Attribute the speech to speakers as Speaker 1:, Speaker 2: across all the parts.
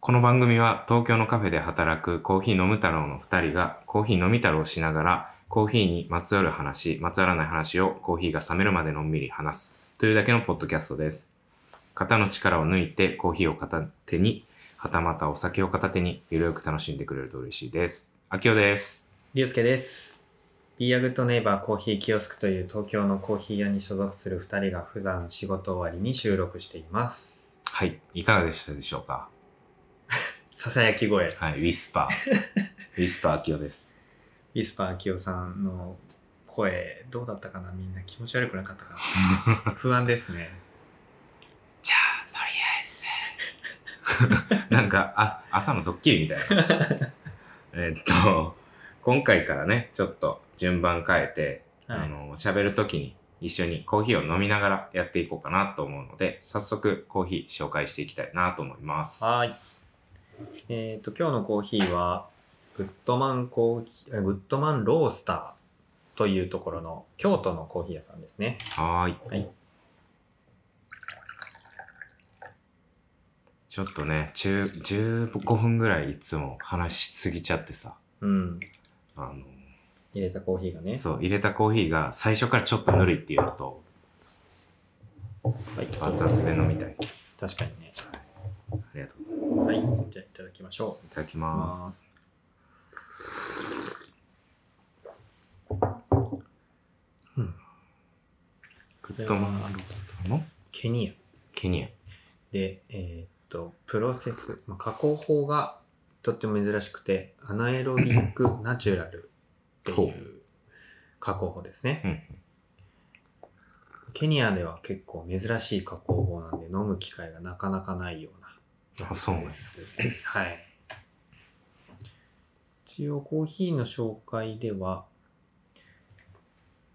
Speaker 1: この番組は東京のカフェで働くコーヒー飲む太郎の2人がコーヒー飲み太郎をしながらコーヒーにまつわる話、まつわらない話をコーヒーが冷めるまでのんびり話すというだけのポッドキャストです。肩の力を抜いてコーヒーを片手に、はたまたお酒を片手にゆるく楽しんでくれると嬉しいです。あきおです。
Speaker 2: りゅうすけです。ビーアグッドネイバーコーヒーキオスクという東京のコーヒー屋に所属する2人が普段仕事終わりに収録しています。
Speaker 1: はい。いかがでしたでしょうか
Speaker 2: ささやき声。ウ
Speaker 1: はい。ウィスパー。 ウィスパーあきおです。
Speaker 2: ィスパーキオさんの声、どうだったかなみんな気持ち悪くなかっ たかな不安ですね。
Speaker 1: じゃあ、とりあえず。 なんか、あ、朝のドッキリみた いな。えっと、今回からね、ちょっと順番変えて、
Speaker 2: はい
Speaker 1: あの、喋るときに一緒にコーヒーを飲みながらやっていこうかなと思うので、早速コーヒー紹介していきたいなと思います。は
Speaker 2: はい。えっ、と、今日のコーヒーは、グッドマンコーヒー、あグッドマンロースターというところの京都のコーヒー屋さんですね。
Speaker 1: ーい。
Speaker 2: はい
Speaker 1: ちょっとね、10 15分ぐらいいつも話しすぎちゃってさ、
Speaker 2: うん。
Speaker 1: あの、
Speaker 2: 入れたコーヒーがね。
Speaker 1: そう、入れたコーヒーが最初からちょっとぬるいっていうのと、
Speaker 2: はい。
Speaker 1: 熱々で飲みたい。
Speaker 2: 確かにね。
Speaker 1: ありがとうございま
Speaker 2: はい。じゃあ、いただきましょ
Speaker 1: す。いただきます。
Speaker 2: う。うん。
Speaker 1: グッドマンロースターの
Speaker 2: ケニア。
Speaker 1: ケニア。
Speaker 2: で、えーっと、プロセス、まあ、加工法がとっても珍しくて、アナエロビックナチュラルって
Speaker 1: ほ
Speaker 2: いう加工法ですね。
Speaker 1: うん
Speaker 2: ケニアでは結構珍しい加工法なんで、飲む機会がなかなかないような。
Speaker 1: あ、そうなん
Speaker 2: で
Speaker 1: です。
Speaker 2: す。はい。一応コーヒーの紹介では、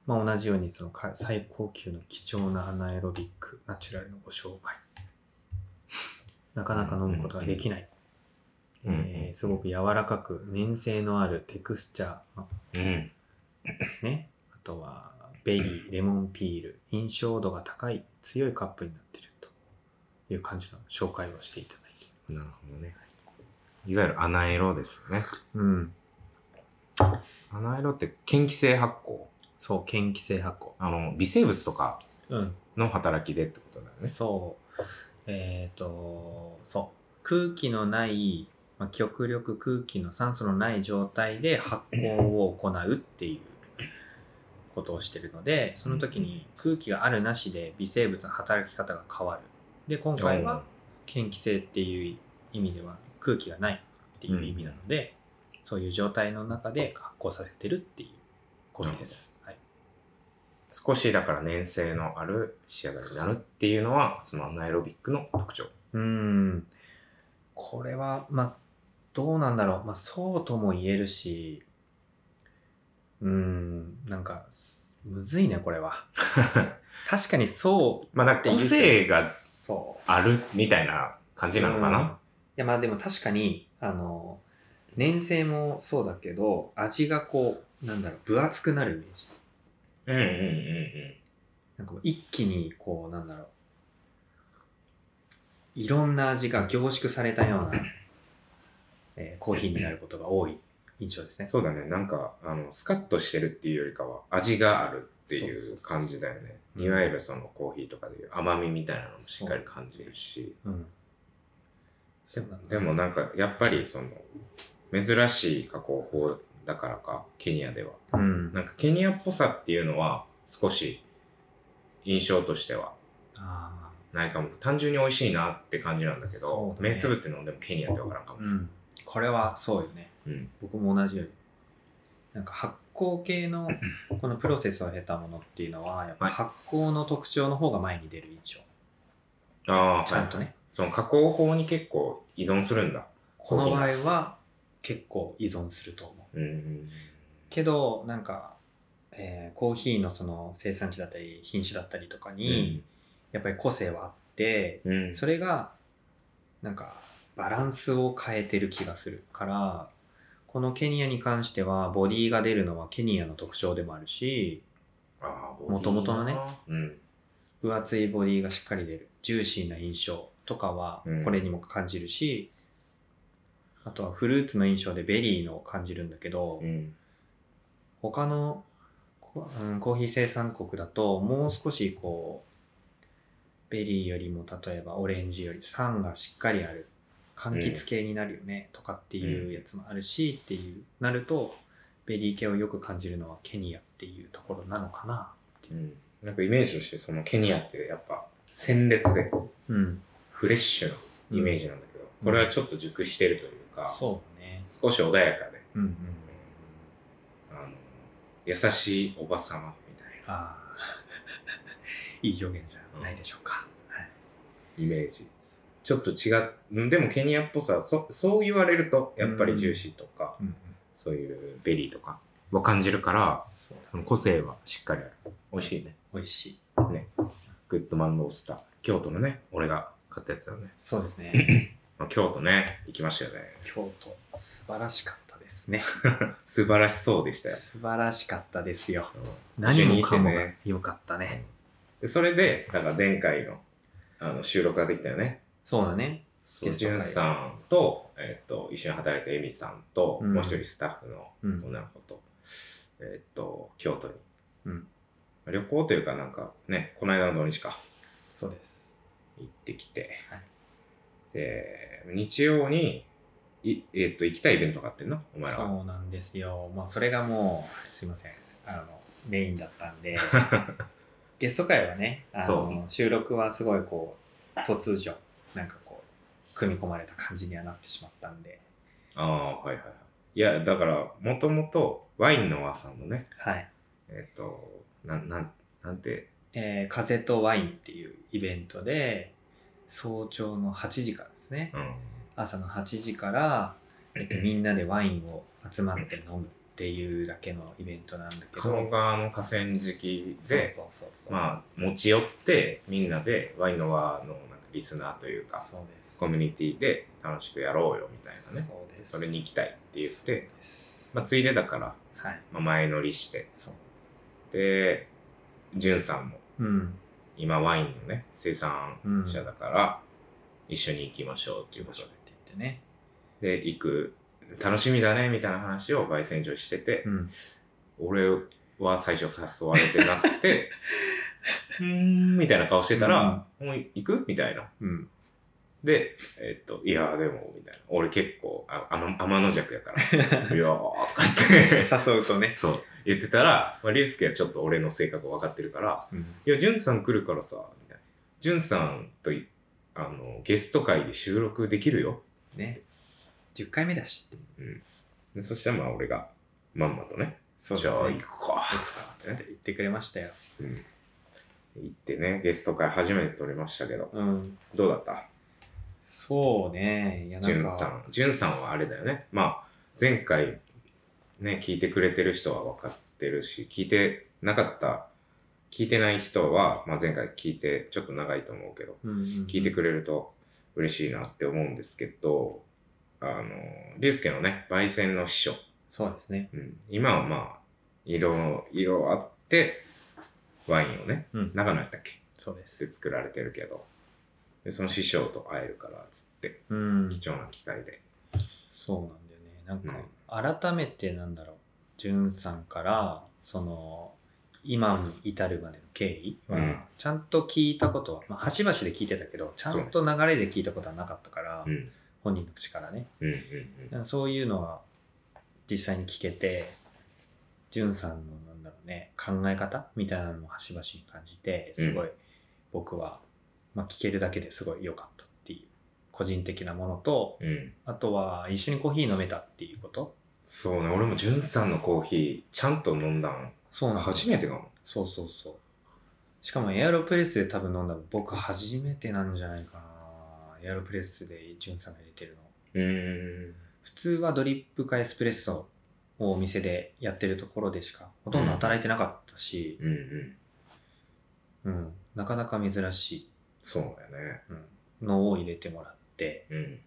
Speaker 2: まあ、同じようにそのか最高級の貴重なアナエロビックナチュラルのご紹介。なかなか飲むことができない。
Speaker 1: うんうんうん
Speaker 2: えーすごく柔らかく粘性のあるテクスチャー
Speaker 1: うん。
Speaker 2: ですね。あとはベリー、レモンピール、印象度が高い強いカップになっているという感じの紹介をしていただいています
Speaker 1: なる。ほどね。いわゆるアナエロですよね。
Speaker 2: うん。
Speaker 1: アナエロって嫌気性発酵。
Speaker 2: そう、嫌気性発酵。
Speaker 1: あの、微生物とか
Speaker 2: うん。
Speaker 1: の働きでってことだよね。
Speaker 2: そう。えっ、と、そう。空気のない、まあ、極力空気の酸素のない状態で発酵を行うっていうことをしてるので、その時に空気があるなしで微生物の働き方が変わる。で、今回は嫌気性っていう意味では空気がないっていう意味なので、そういう状態の中で発酵させてるっていうコーヒーです。はい。
Speaker 1: 少しだから粘性のある仕上がりになるっていうのは、そのアナエロビックの特徴。
Speaker 2: うーんこれはまあどうなんだろう、まあ、そうとも言えるしうーんなんかすむずいねこれ は確かにそ
Speaker 1: まあ、だから個性が
Speaker 2: うそう
Speaker 1: あるみたいな感じなのか
Speaker 2: うんい
Speaker 1: な。
Speaker 2: やまあでも確かにあの粘性もそうだけど味がこうなんだろう分厚くなるイメージ
Speaker 1: うんうんうんうん。
Speaker 2: なんか一気にこうなんだろういろんな味が凝縮されたような、えーコーヒーになることが多い印象ですね。
Speaker 1: そうだね、なんか、あの、スカッとしてるっていうよりかは、味があるって
Speaker 2: そう
Speaker 1: い
Speaker 2: そう
Speaker 1: う
Speaker 2: そう
Speaker 1: 感じだよね。
Speaker 2: うん
Speaker 1: いわゆるそのコーヒーとかでいう甘みみたいなのもしっかり感じるし。
Speaker 2: うん、
Speaker 1: で
Speaker 2: そうな
Speaker 1: も
Speaker 2: んだ
Speaker 1: でもなんか、やっぱりその、珍しい加工法だからか、ケニアでは。
Speaker 2: うん、
Speaker 1: なんか、ケニアっぽさっていうのは、少し、印象としては、
Speaker 2: あ
Speaker 1: ないかも。単純に美味しいなって感じなんだけ
Speaker 2: そ
Speaker 1: ど、
Speaker 2: うだね
Speaker 1: 目つぶって飲んでもケニアってわからんか
Speaker 2: ー
Speaker 1: も。
Speaker 2: うん、これはそうよね。
Speaker 1: うん。
Speaker 2: 僕も同じように。なんか発酵系の このプロセスを経たものっていうのは、やっぱ
Speaker 1: はい
Speaker 2: 発酵の特徴の方が前に出る印象。
Speaker 1: ああ、
Speaker 2: ちゃんと
Speaker 1: はい。
Speaker 2: ね。
Speaker 1: その加工法に結構依存するんだ。
Speaker 2: この場合
Speaker 1: コーヒ
Speaker 2: は結構依存すると思う。
Speaker 1: うん。
Speaker 2: けどなんか、えーコーヒーのその生産地だったり品種だったりとかに、やっぱり個性はあって、
Speaker 1: うん。
Speaker 2: それがなんかバランスを変えてる気がするからこのケニアに関してはボディが出るのはケニアの特徴でもあるし
Speaker 1: も
Speaker 2: 元々のね。
Speaker 1: うん。
Speaker 2: 分厚いボディがしっかり出るジューシーな印象とかは
Speaker 1: うん
Speaker 2: これにも感じるし、あとはフルーツの印象でベリーのを感じるんだけど、
Speaker 1: うん。
Speaker 2: 他の、こうん、コーヒー生産国だともう少しこうベリーよりも例えばオレンジより酸がしっかりある柑橘系になるよねとかっていうやつもあるし、っていうなるとベリー系をよく感じるのはケニアっていうところなのかな
Speaker 1: うん。なんかイメージとして、そのケニアってやっぱ、鮮烈で
Speaker 2: うん
Speaker 1: フレッシュなイメージなんだけど、
Speaker 2: うん
Speaker 1: これはちょっと熟してるというか、
Speaker 2: そうね
Speaker 1: 少し穏やかで、
Speaker 2: うんうん
Speaker 1: あの、優しいおばさまみたいな
Speaker 2: ああ いい表現じゃないでしょうか、はい
Speaker 1: イメージですちょっと違うんでもケニアっぽさそそう言われるとやっぱりジューシーとか、
Speaker 2: うんうん、
Speaker 1: そういうベリーとかを感じるから
Speaker 2: そうだ
Speaker 1: その個性はしっかりある美味しいね
Speaker 2: 美味しい
Speaker 1: グッドマンロースター京都のね俺が買ったやつだね、
Speaker 2: そうで すね
Speaker 1: まあ、京都ね行きましたよね
Speaker 2: 京都素晴らしかったですね
Speaker 1: 素晴らしそうでしたよ
Speaker 2: 素晴らしかったですよ。
Speaker 1: 一
Speaker 2: 何
Speaker 1: 緒に
Speaker 2: も
Speaker 1: 行っ
Speaker 2: か
Speaker 1: て
Speaker 2: も
Speaker 1: ね
Speaker 2: が良かったね。
Speaker 1: でそれでなんか前回のあの収録ができたよね
Speaker 2: そうだね。
Speaker 1: そう
Speaker 2: ゲスト会
Speaker 1: んさんと,、えっと一緒に働いたエミさんと、
Speaker 2: うん
Speaker 1: もう一人スタッフの
Speaker 2: うん。
Speaker 1: 女の子と、えーっと、京都に。
Speaker 2: うん
Speaker 1: 旅行というか、なんかね、この間の土日か、
Speaker 2: そうです。
Speaker 1: 行ってきて、
Speaker 2: はい
Speaker 1: で、日曜に、いえーっと、行きたいイベントがあってんな、お前らは。
Speaker 2: そうなんですよ。まあ、それがもう、すいません。あの、メインだっ たんで、ゲスト会はね、あ
Speaker 1: そ
Speaker 2: の収録はすごいこう、突如、なんかこう、組み込まれた感じにはなってしまったんで、
Speaker 1: ああ、はいはいはい。いや、だから、もともと、ワインの和さんのね、
Speaker 2: はい。
Speaker 1: えーっと、なん、なん、なんて、
Speaker 2: えー風とワインっていうイベントで、早朝の8時からですね。
Speaker 1: うん。
Speaker 2: 朝の8時から、えっと、みんなでワインを集まって飲むっていうだけのイベントなんだけど
Speaker 1: 鴨川の河川敷
Speaker 2: そう
Speaker 1: で、
Speaker 2: そうそうそう、
Speaker 1: まあ、持ち寄って、みんなで、ワインの和の、なんか、リスナーというか、
Speaker 2: そうです
Speaker 1: コミュニティで楽しくやろうよみたいなね
Speaker 2: そうです
Speaker 1: それに行きたいって言っ
Speaker 2: そう
Speaker 1: て、
Speaker 2: です、
Speaker 1: まあ、ついでだから、
Speaker 2: はい
Speaker 1: まあ、前乗りして
Speaker 2: そう
Speaker 1: でじゅんさんも
Speaker 2: うん
Speaker 1: 今ワインのね生産者だから、一緒に行きましょうっていう
Speaker 2: 行
Speaker 1: こと
Speaker 2: きましょうって言ってね
Speaker 1: でで行く楽しみだねみたいな話を焙煎所してて
Speaker 2: う、ん
Speaker 1: 俺は最初誘われてなくてうーんみたいな顔してたら、もう行くみたいな
Speaker 2: うん
Speaker 1: で、えっと、いや、でも、みたいな。俺結構、ああの天の弱や から、いやー、とか言っ
Speaker 2: 誘うとね
Speaker 1: て、、 そう、言ってたら、まあ、リュウスケはちょっと俺の性格分かってるから、
Speaker 2: うん、
Speaker 1: いや、ジュンさん来るからさ、みたいな。ジュンさんとい、あの、ゲスト会で収録できるよ。
Speaker 2: ね10回目だしって
Speaker 1: でそしたら、まあ、俺が、まんまとね、
Speaker 2: そう
Speaker 1: じ
Speaker 2: で
Speaker 1: ゃ
Speaker 2: す
Speaker 1: あ行
Speaker 2: ね
Speaker 1: くか。
Speaker 2: つって言ってくれましたよ
Speaker 1: うん。行ってね、ゲスト会初めて撮りましたけど、
Speaker 2: うん
Speaker 1: どうだった
Speaker 2: そうねいや
Speaker 1: じ
Speaker 2: な
Speaker 1: ゅ
Speaker 2: ん
Speaker 1: ん
Speaker 2: か
Speaker 1: さん。じゅんさんはあれだよね。まあ、前回、ね、聞いてくれてる人は分かってるし、聞いてなかった、聞いてない人は、まあ前回聞いて、ちょっと長いと思うけど、
Speaker 2: うんうんうん
Speaker 1: 聞いてくれると嬉しいなって思うんですけど、あの、竜介のね、焙煎の師匠。
Speaker 2: そうですね
Speaker 1: うん、今はまあ、色、色あって、ワインをね、
Speaker 2: うん
Speaker 1: 長野やったっけ
Speaker 2: そうで
Speaker 1: です作られてるけど、で、その師匠と会えるから、つって、
Speaker 2: うん
Speaker 1: 貴重な機会で。
Speaker 2: そうなんだよねなんか改めてなんだろうじゅんさんからその今に至るまでの経緯
Speaker 1: うん
Speaker 2: はちゃんと聞いたことは、まあ、端々で聞いてたけどちゃんと流れで聞いたことはなかったから、
Speaker 1: うん。
Speaker 2: 本人の口からね
Speaker 1: うんうん
Speaker 2: だからそういうのは実際に聞けてじゅんさんのなんだろうね考え方みたいなのも端々に感じてすごい僕は、まあ、聞けるだけですごい良かったっていう個人的なものと
Speaker 1: うん。うん。
Speaker 2: あとは一緒にコーヒー飲めたっていうこと
Speaker 1: そうね、俺もじゅんさんのコーヒー、ちゃんと飲んだん。
Speaker 2: そうなんだ
Speaker 1: 初めてかも。
Speaker 2: そうそうそうしかもエアロプレスで多分飲んだの僕初めてなんじゃないかなエアロプレスでジュンさんが入れてるの
Speaker 1: うーん。
Speaker 2: 普通はドリップかエスプレッソをお店でやってるところでしかほとんど働いてなかったし、
Speaker 1: うんうん。
Speaker 2: うんなかなか珍しい、
Speaker 1: そうだよね。
Speaker 2: うん、のを入れてもらって、
Speaker 1: うん。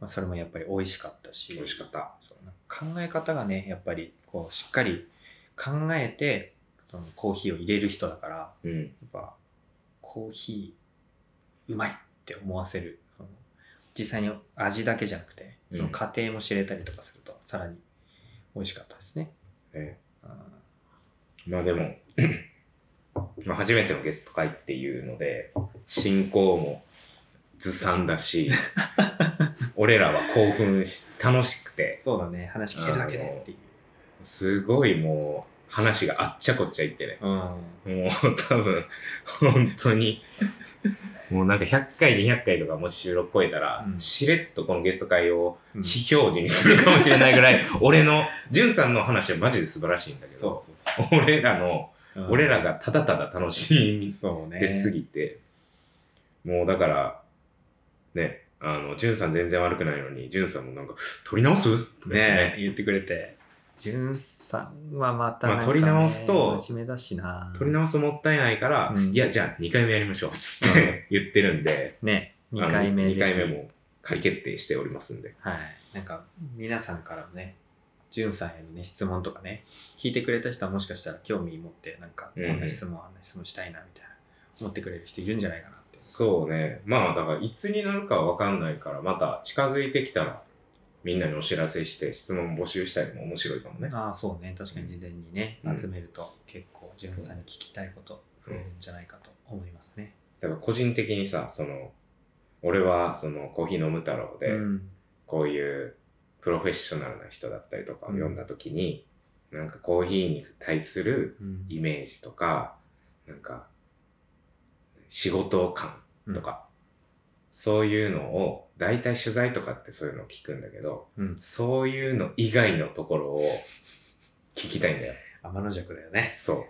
Speaker 2: まあ、それもやっぱり美味しかったし
Speaker 1: 美味しかった。
Speaker 2: そうなんか考え方がねやっぱりこうしっかり考えてそのコーヒーを入れる人だからや
Speaker 1: うん。
Speaker 2: っぱコーヒーうまいって思わせるその実際に味だけじゃなくてその過程も知れたりとかすると、さらに美味しかったですね。
Speaker 1: ね
Speaker 2: うん
Speaker 1: まあでも、 まあ初めてのゲスト会っていうので、進行もずさんだ し、俺らは興奮し、楽しくて、
Speaker 2: そうだね、話聞けるだけでっていう。
Speaker 1: すごいもう話があっちゃこっちゃいってね。
Speaker 2: うん。
Speaker 1: もう多分、本当に、もうなんか100回、200回とかもし収録超えたら、
Speaker 2: うん
Speaker 1: しれっとこのゲスト会を
Speaker 2: うん
Speaker 1: 非表示にするかもしれないぐらい、俺の、じゅんさんの話はマジで素晴らしいんだけど、
Speaker 2: そうそう
Speaker 1: 俺らの、
Speaker 2: そう。うん
Speaker 1: 俺らがただただ楽しみ
Speaker 2: そうね。
Speaker 1: で過ぎて、もうだから、ね、あの、じゅんさん全然悪くないのに、じゅんさんもなんか、撮り直すとか言って
Speaker 2: ね言ってくれて。じゅんさんはまたなんか、
Speaker 1: まあ
Speaker 2: ね、
Speaker 1: 取り直すと
Speaker 2: 真面目だしな。
Speaker 1: 撮り直すもったいないから、
Speaker 2: うん
Speaker 1: いや、じゃあ2回目やりましょう、つって言ってるんで、
Speaker 2: ね、
Speaker 1: あの
Speaker 2: 2回目
Speaker 1: 二回目
Speaker 2: ぜひ。
Speaker 1: も仮決定しておりますんで。
Speaker 2: はい。なんか、皆さんからもね、じゅんさんへのね、質問とかね、聞いてくれた人はもしかしたら興味持って、なんか、こ
Speaker 1: うん
Speaker 2: んな質問、あんな質問したいな、みたいな、思ってくれる人いるんじゃないかなって。
Speaker 1: そうね。まあ、だから、いつになるかはわかんないから、また近づいてきたら、みんなにお知らせして、質問募集したりも面白いかもね。
Speaker 2: ああ、そうね。確かに事前にね、
Speaker 1: うん
Speaker 2: 集めると、結構、じゅんさんに聞きたいこと、増えるんじゃないかと思いますね。
Speaker 1: だから、個人的にさ、その、俺は、その、コーヒー飲む太郎で、
Speaker 2: うん。
Speaker 1: こういうプロフェッショナルな人だったりとかを読んだときに、なんかコーヒーに対する
Speaker 2: うん
Speaker 1: イメージとか、なんか、仕事感とか、そういうのを、大体取材とかってそういうのを聞くんだけど、
Speaker 2: うん。
Speaker 1: そういうの以外のところを聞きたいんだよ。
Speaker 2: 天の弱だよね。
Speaker 1: そ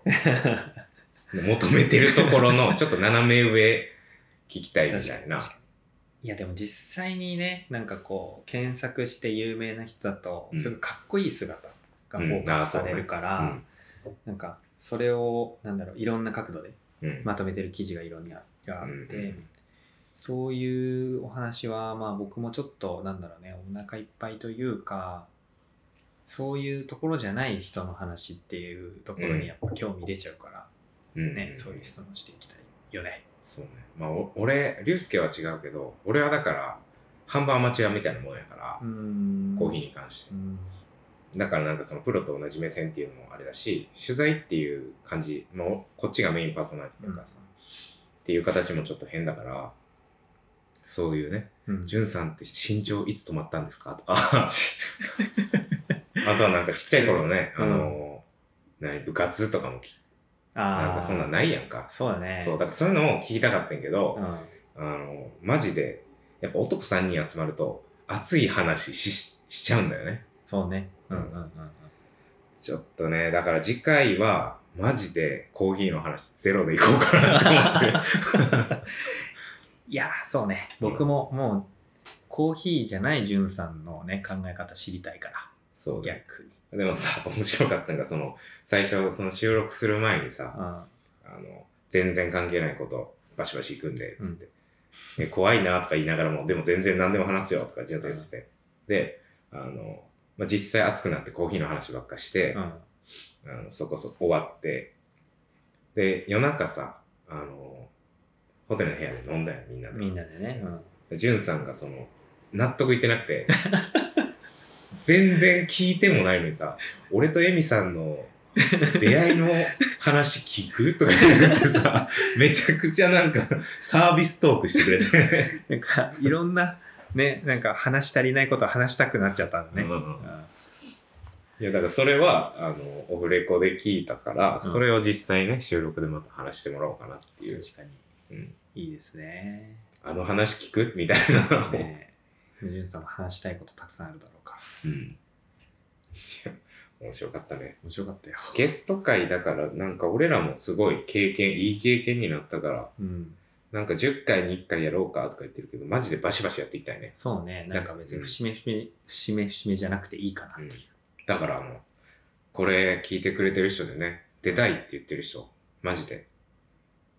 Speaker 1: う。で求めてるところのちょっと斜め上聞きたいみたいな。
Speaker 2: 確かにいやでも実際にねなんかこう検索して有名な人だと、
Speaker 1: うん
Speaker 2: すごいかっこいい姿がフ
Speaker 1: うん
Speaker 2: ォーカス
Speaker 1: あーそう
Speaker 2: さ
Speaker 1: ね
Speaker 2: れるから、なんかそれをなんだろういろんな角度で
Speaker 1: うん。うん。
Speaker 2: まとめてる記事がいろんなあって、
Speaker 1: うん
Speaker 2: そういうお話はまあ僕もちょっとなんだろうねお腹いっぱいというかそういうところじゃない人の話っていうところにやっぱ興味出ちゃうから、
Speaker 1: うん
Speaker 2: ねそういう質問していきたいよね。
Speaker 1: そうね。まあ、お俺、竜介は違うけど、俺はだから、半分アマチュアみたいなもんやから、コーヒーに関して
Speaker 2: う。ん
Speaker 1: だからなんかそのプロと同じ目線っていうのもあれだし、取材っていう感じ、まあ、おこっちがメインパーソナリティだからさ、っていう形もちょっと変だから、そういうね、
Speaker 2: うん
Speaker 1: じゅんさんって身長いつ止まったんですかと か。あとはなんかちっちゃい頃ね、
Speaker 2: うん
Speaker 1: あの、何、部活とかもき、
Speaker 2: あー
Speaker 1: なんかそんなんないやんか。
Speaker 2: そうだね
Speaker 1: そう、だからそういうのを聞きたかったんやけど
Speaker 2: う、ん、
Speaker 1: あの、マジで、やっぱ男3人集まると、熱い話しししちゃうんだよね。
Speaker 2: そうねうんうんうんうん
Speaker 1: ちょっとね、だから次回は、マジでコーヒーの話ゼロでいこうかなと思 ってる。
Speaker 2: いやーそうね僕ももうコーヒーじゃないじゅんさんのね考え方知りたいから
Speaker 1: そうね。
Speaker 2: 逆に
Speaker 1: でもさ、面白かったのが、その、最初、その収録する前にさ、
Speaker 2: うん
Speaker 1: あの、全然関係ないこと、バシバシ行くんで、つって、え怖いなとか言いながらも、でも全然何でも話すよとか、純さん言ってて。で、あの、まあ、実際熱くなってコーヒーの話ばっかして、
Speaker 2: うん
Speaker 1: あのそこそこ終わって、で、夜中さ、あの、ホテルの部屋で飲んだよ、みんな
Speaker 2: みん
Speaker 1: で。
Speaker 2: なでね、うん、
Speaker 1: ジュンさんがその、納得いってなくて、全然聞いてもないのにさ、俺とエミさんの出会いの話聞くとか言ってさ、めちゃくちゃなんかサービストークしてくれて。
Speaker 2: なんか いろんなねなんか話し足りないことを話したくなっちゃったんだね、うん
Speaker 1: いや、だからそれは、あの、オフレコで聞いたから、
Speaker 2: うん
Speaker 1: それを実際ね、収録でまた話してもらおうかなっていう。
Speaker 2: 確かに
Speaker 1: うん
Speaker 2: いいですね
Speaker 1: あの話聞くみたいなのを
Speaker 2: ねじゅんさんも話したいことたくさんあるだろうから
Speaker 1: うん。いや面白かったね。
Speaker 2: 面白かったよ、
Speaker 1: ゲスト会だから、なんか俺らもすごい経験、いい経験になったから、
Speaker 2: うん、
Speaker 1: なんか10回に1回やろうかとか言ってるけど、マジでバシバシやっていきたいね。
Speaker 2: そうねなんか別に節目節目節目節目じゃなくていいかなっていう、
Speaker 1: だからあの、これ聞いてくれてる人でね、出たいって言ってる人、マジで、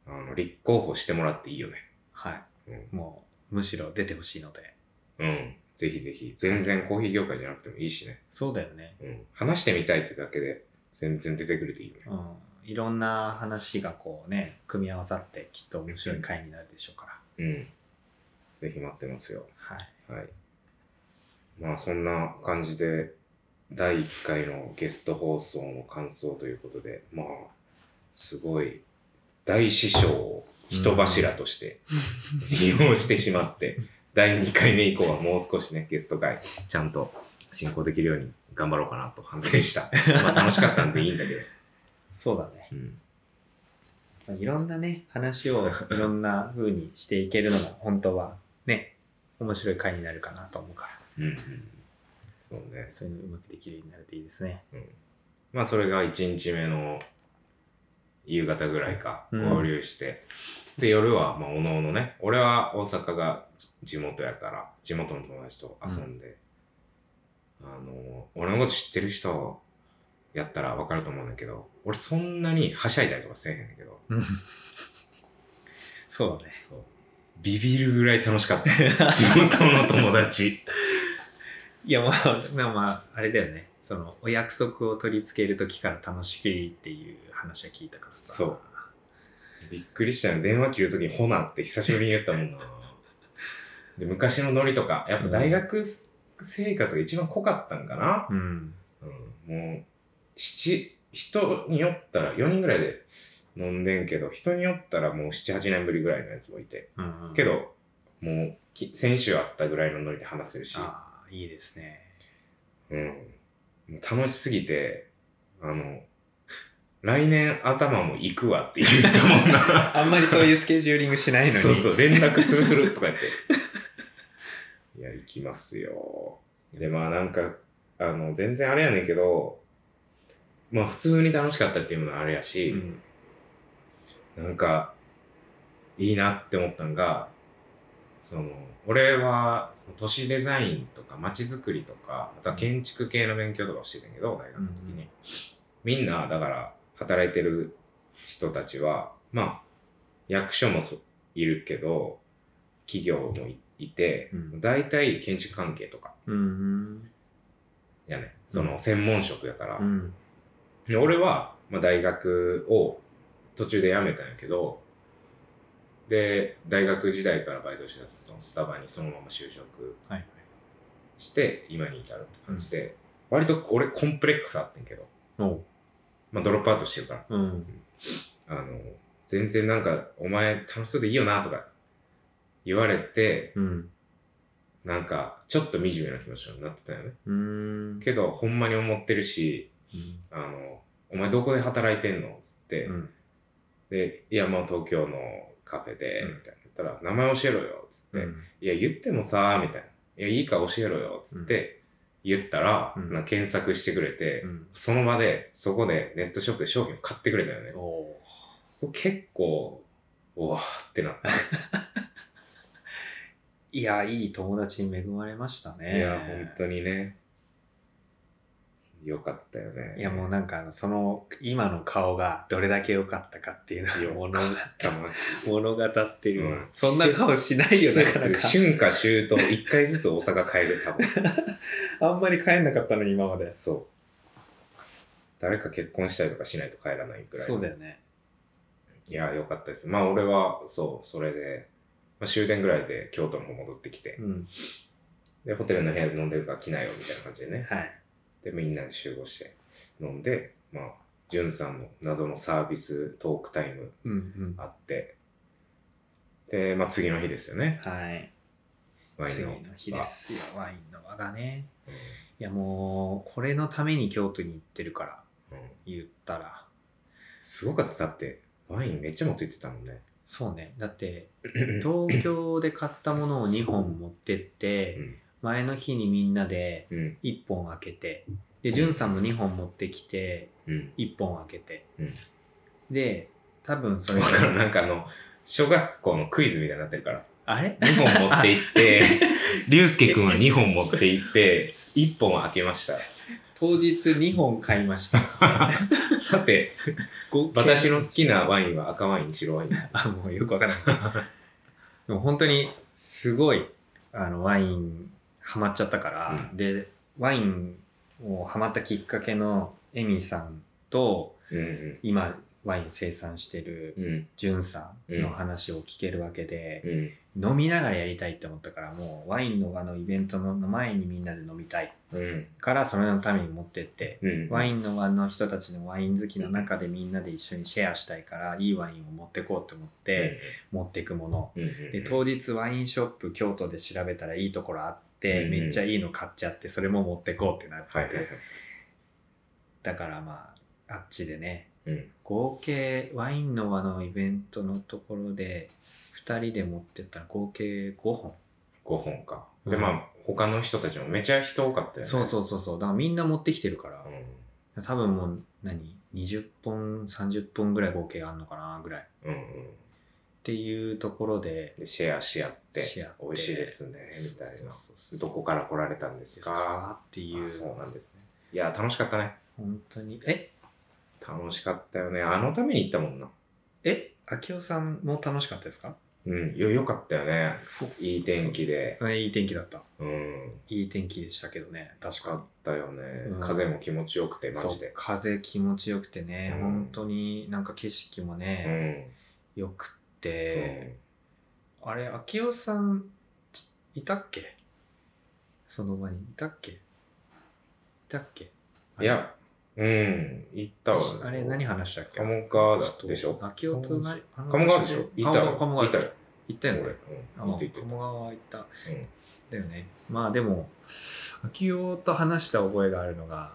Speaker 1: あの、立候補してもらっていいよね。
Speaker 2: はい
Speaker 1: うん。
Speaker 2: もう、むしろ出てほしいので。
Speaker 1: うん。ぜひぜひ。全然コーヒー業界じゃなくてもいいしね。
Speaker 2: そうだよね。
Speaker 1: うん。話してみたいってだけで、全然出てくれていいよね。
Speaker 2: うん。いろんな話がこうね、組み合わさって、きっと面白い回になるでしょうから。
Speaker 1: うん。ぜひ待ってますよ。
Speaker 2: はい。
Speaker 1: はい。まあそんな感じで、第1回のゲスト放送の感想ということで、まあ、すごい、大師匠を人柱として利用してしまって、第2回目以降はもう少しね、ゲスト会、ちゃんと進行できるように頑張ろうかなと反省した。まあ楽しかったんでいいんだけど。
Speaker 2: そうだね。
Speaker 1: うん。
Speaker 2: まあいろんなね、話 をいろんな風にしていけるのが、本当はね、面白い回になるかなと思うか
Speaker 1: うんうん。そうね
Speaker 2: ら、。そういうのうまくできるようになるといいですね。
Speaker 1: うんまあそれが1日目の夕方ぐらいか
Speaker 2: うん
Speaker 1: 合流して、で夜はまあおのおのね俺は大阪が地元やから地元の友達と遊んで、あの俺のこと知ってる人やったら分かると思うんだけど俺そんなにはしゃいだりとかせえへんねんけど
Speaker 2: そうだね。
Speaker 1: そうビビるぐらい楽しかった 地元の友達
Speaker 2: いや、まあ、まあ、まあ、あれだよね。その、お約束を取り付けるときから楽しいっていう話は聞いたからさ。
Speaker 1: そうびっくりしたよ。電話切るときにほなって久しぶりに言ったも んな。で、昔のノリとか、やっぱ大学生活が一番濃かったんかな。
Speaker 2: うん。
Speaker 1: うん、もう、七、人によったら、4人ぐらいで飲んでんけど、人によったらもう7、8年ぶりぐらいのやつもいて。
Speaker 2: うん、うん。
Speaker 1: け、ど、もうき、先週あったぐらいのノリで話せるし、
Speaker 2: ああ、いいですね。
Speaker 1: うん。もう楽しすぎて、あの、来年頭も行くわって言ったもんな。
Speaker 2: あんまりそういうスケジューリングしない のに。
Speaker 1: そうそう、連絡するするとか言って。 いや、行きますよ。で、まあなんか、あの、全然あれやねんけど、まあ普通に楽しかったっていうのはあれや
Speaker 2: う
Speaker 1: し、
Speaker 2: ん。
Speaker 1: なんか、いいなって思ったんが、その、俺は、その都市デザインとか街づくりとか、あとは建築系の勉強とかをしてたんやけど、大学の時に。
Speaker 2: うん
Speaker 1: みんな、だから、働いてる人たちは、まあ、役所もそいるけど、企業もいいて、
Speaker 2: うん
Speaker 1: 大体建築関係とか、
Speaker 2: うん。
Speaker 1: やね。その、専門職やから。
Speaker 2: うん。
Speaker 1: で俺は、まあ、大学を途中で辞めたんやけど、で、大学時代からバイトしてたそのスタバにそのまま就職
Speaker 2: はい。
Speaker 1: して、今に至るって感じで、割と俺コンプレックスあってんけど、
Speaker 2: おう。
Speaker 1: まあ、ドロップアウトしてるから、
Speaker 2: うん。
Speaker 1: あの、全然なんか、お前楽しそうでいいよなとか言われて、
Speaker 2: うん。
Speaker 1: なんか、ちょっと惨めな気持ちになってたよね。
Speaker 2: うーん。
Speaker 1: けど、ほんまに思ってるし、
Speaker 2: うん。
Speaker 1: あの、お前どこで働いてんのつって、
Speaker 2: うん。
Speaker 1: で、いや、まあ東京のカフェで、
Speaker 2: うん
Speaker 1: みたいな。言ったら、名前教えろよ、つって、
Speaker 2: うん
Speaker 1: いや、言ってもさ、みたいな。いや、いいから教えろよ、つって、言ったら、
Speaker 2: うん
Speaker 1: なんか検索してくれて、
Speaker 2: うん。
Speaker 1: その場で、そこでネットショップで商品を買ってくれたよね。
Speaker 2: おお。
Speaker 1: 結構、うわーってなった。
Speaker 2: いや、いい友達に恵まれましたね。
Speaker 1: いや、本当にね。よかったよね。
Speaker 2: いや、もうなんかあの、その、今の顔がどれだけ良かったかっていうのを
Speaker 1: よ
Speaker 2: 物
Speaker 1: か
Speaker 2: 語
Speaker 1: ったま
Speaker 2: 物語ってる、
Speaker 1: うん
Speaker 2: そんな顔し ない よ、なかなか。
Speaker 1: 春夏秋冬、一回ずつ大阪帰る、多分。
Speaker 2: あんまり帰んなかったのに、今まで。
Speaker 1: そう。誰か結婚したりとかしないと帰らないくらい。
Speaker 2: そうだよね。
Speaker 1: いや、よかったです。まあ、俺は、そう、それで、まあ、終電ぐらいで京都の方戻ってきて
Speaker 2: う、ん。
Speaker 1: で、ホテルの部屋で飲んでるから来なよ、みたいな感じでね。
Speaker 2: はい。
Speaker 1: で、みんなで集合して飲んで、まあ、じゅんさんの謎のサービストークタイム
Speaker 2: うんうん。
Speaker 1: あって、で、まあ、次の日ですよね。
Speaker 2: はい。
Speaker 1: ワイン
Speaker 2: 次
Speaker 1: の。
Speaker 2: の日ですよ、ワインの輪がね。
Speaker 1: うん。
Speaker 2: いや、もう、これのために京都に行ってるから、
Speaker 1: うん
Speaker 2: 言ったら。
Speaker 1: すごかった。だって、ワインめっちゃ持って行ってたもんね。
Speaker 2: そうね。だって、 東京で買ったものを2本持ってって、
Speaker 1: うん
Speaker 2: 前の日にみんなで
Speaker 1: うん。
Speaker 2: 1本開けて、で、じゅんさんも2本持ってきて、
Speaker 1: うん。
Speaker 2: 1本開けて、
Speaker 1: うん
Speaker 2: で多分それ
Speaker 1: だからんなんかあの、小学校のクイズみたいになってるから。
Speaker 2: あれ
Speaker 1: 2本持って行って、 竜介くんは2本持って行って、1本開けました。
Speaker 2: 当日2本買いました
Speaker 1: さて、
Speaker 2: 合計
Speaker 1: 私の好きなワインは赤ワイン、白ワイン。
Speaker 2: あもうよくわからないでも本当にすごいあのワインハマっちゃったから、
Speaker 1: う
Speaker 2: でワインをハマったきっかけのエミさんと
Speaker 1: うんうん。
Speaker 2: 今ワイン生産してる
Speaker 1: うん。
Speaker 2: ジュンさんの話を聞けるわけで、
Speaker 1: うん。
Speaker 2: 飲みながらやりたいって思ったから、もうワインのあのイベントの前にみんなで飲みたい
Speaker 1: うん。
Speaker 2: から、それのために持ってって、
Speaker 1: うん。
Speaker 2: ワインの輪の人たちのワイン好きの中でみんなで一緒にシェアしたいから、いいワインを持ってこうって思って、持ってくもの。
Speaker 1: うん、うん。
Speaker 2: で、当日ワインショップ京都で調べたらいいところあっ
Speaker 1: う
Speaker 2: て、
Speaker 1: ん
Speaker 2: めっちゃいいの買っちゃって、それも持ってこうってなって、
Speaker 1: はいはいはい。
Speaker 2: だからまあ、あっちでね、
Speaker 1: うん。
Speaker 2: 合計ワインの輪のイベントのところで2人で持ってった合計5本、
Speaker 1: 5本か。で、
Speaker 2: うん
Speaker 1: まあ、他の人たちもめちゃ人多かったよね。
Speaker 2: そうそうそうそうだからみんな持ってきてるから
Speaker 1: う、
Speaker 2: 多分もう何20本30本ぐらい合計あんのかなぐらいっ
Speaker 1: ん。うんうん。
Speaker 2: ていうところで
Speaker 1: で、シェアし合って
Speaker 2: シェアっ、て
Speaker 1: 美味しいですね、みたい
Speaker 2: そう
Speaker 1: な。
Speaker 2: そうそう
Speaker 1: どこから来られたんで
Speaker 2: ですす
Speaker 1: か
Speaker 2: かっていう
Speaker 1: あそうなんですねいや、楽しかったね。
Speaker 2: 本当にえ
Speaker 1: 楽しかったよね。あのために行ったもんな。
Speaker 2: え明夫さんも楽しかったですか
Speaker 1: うん。よ、よかったよね。
Speaker 2: そう
Speaker 1: いい天気で。
Speaker 2: えいい天気だった
Speaker 1: うん。
Speaker 2: いい天気でしたけどね確
Speaker 1: よか
Speaker 2: かに
Speaker 1: ったよね
Speaker 2: う。ん
Speaker 1: 風も気持ちよくて、マ
Speaker 2: そう
Speaker 1: ジで。
Speaker 2: 風気持ちよくてね、
Speaker 1: うん
Speaker 2: 本当になんか景色も
Speaker 1: う
Speaker 2: ね、
Speaker 1: ん。
Speaker 2: 良よくって、あれ明夫さんちいたっけその場にいたっけいたっけ
Speaker 1: いや、うん。行った
Speaker 2: あ
Speaker 1: わ
Speaker 2: れ。あれ何話したっけ
Speaker 1: 鴨川だでしょ
Speaker 2: 明夫となあの
Speaker 1: 鴨川でしょ行ったわ。
Speaker 2: 鴨川
Speaker 1: 行
Speaker 2: 行
Speaker 1: っ
Speaker 2: ったた
Speaker 1: よ
Speaker 2: よ。行ったよね
Speaker 1: 俺。
Speaker 2: あ
Speaker 1: うん。行って行って
Speaker 2: 鴨川は行った
Speaker 1: うん
Speaker 2: だよねまあでも明夫と話した覚えがあるのが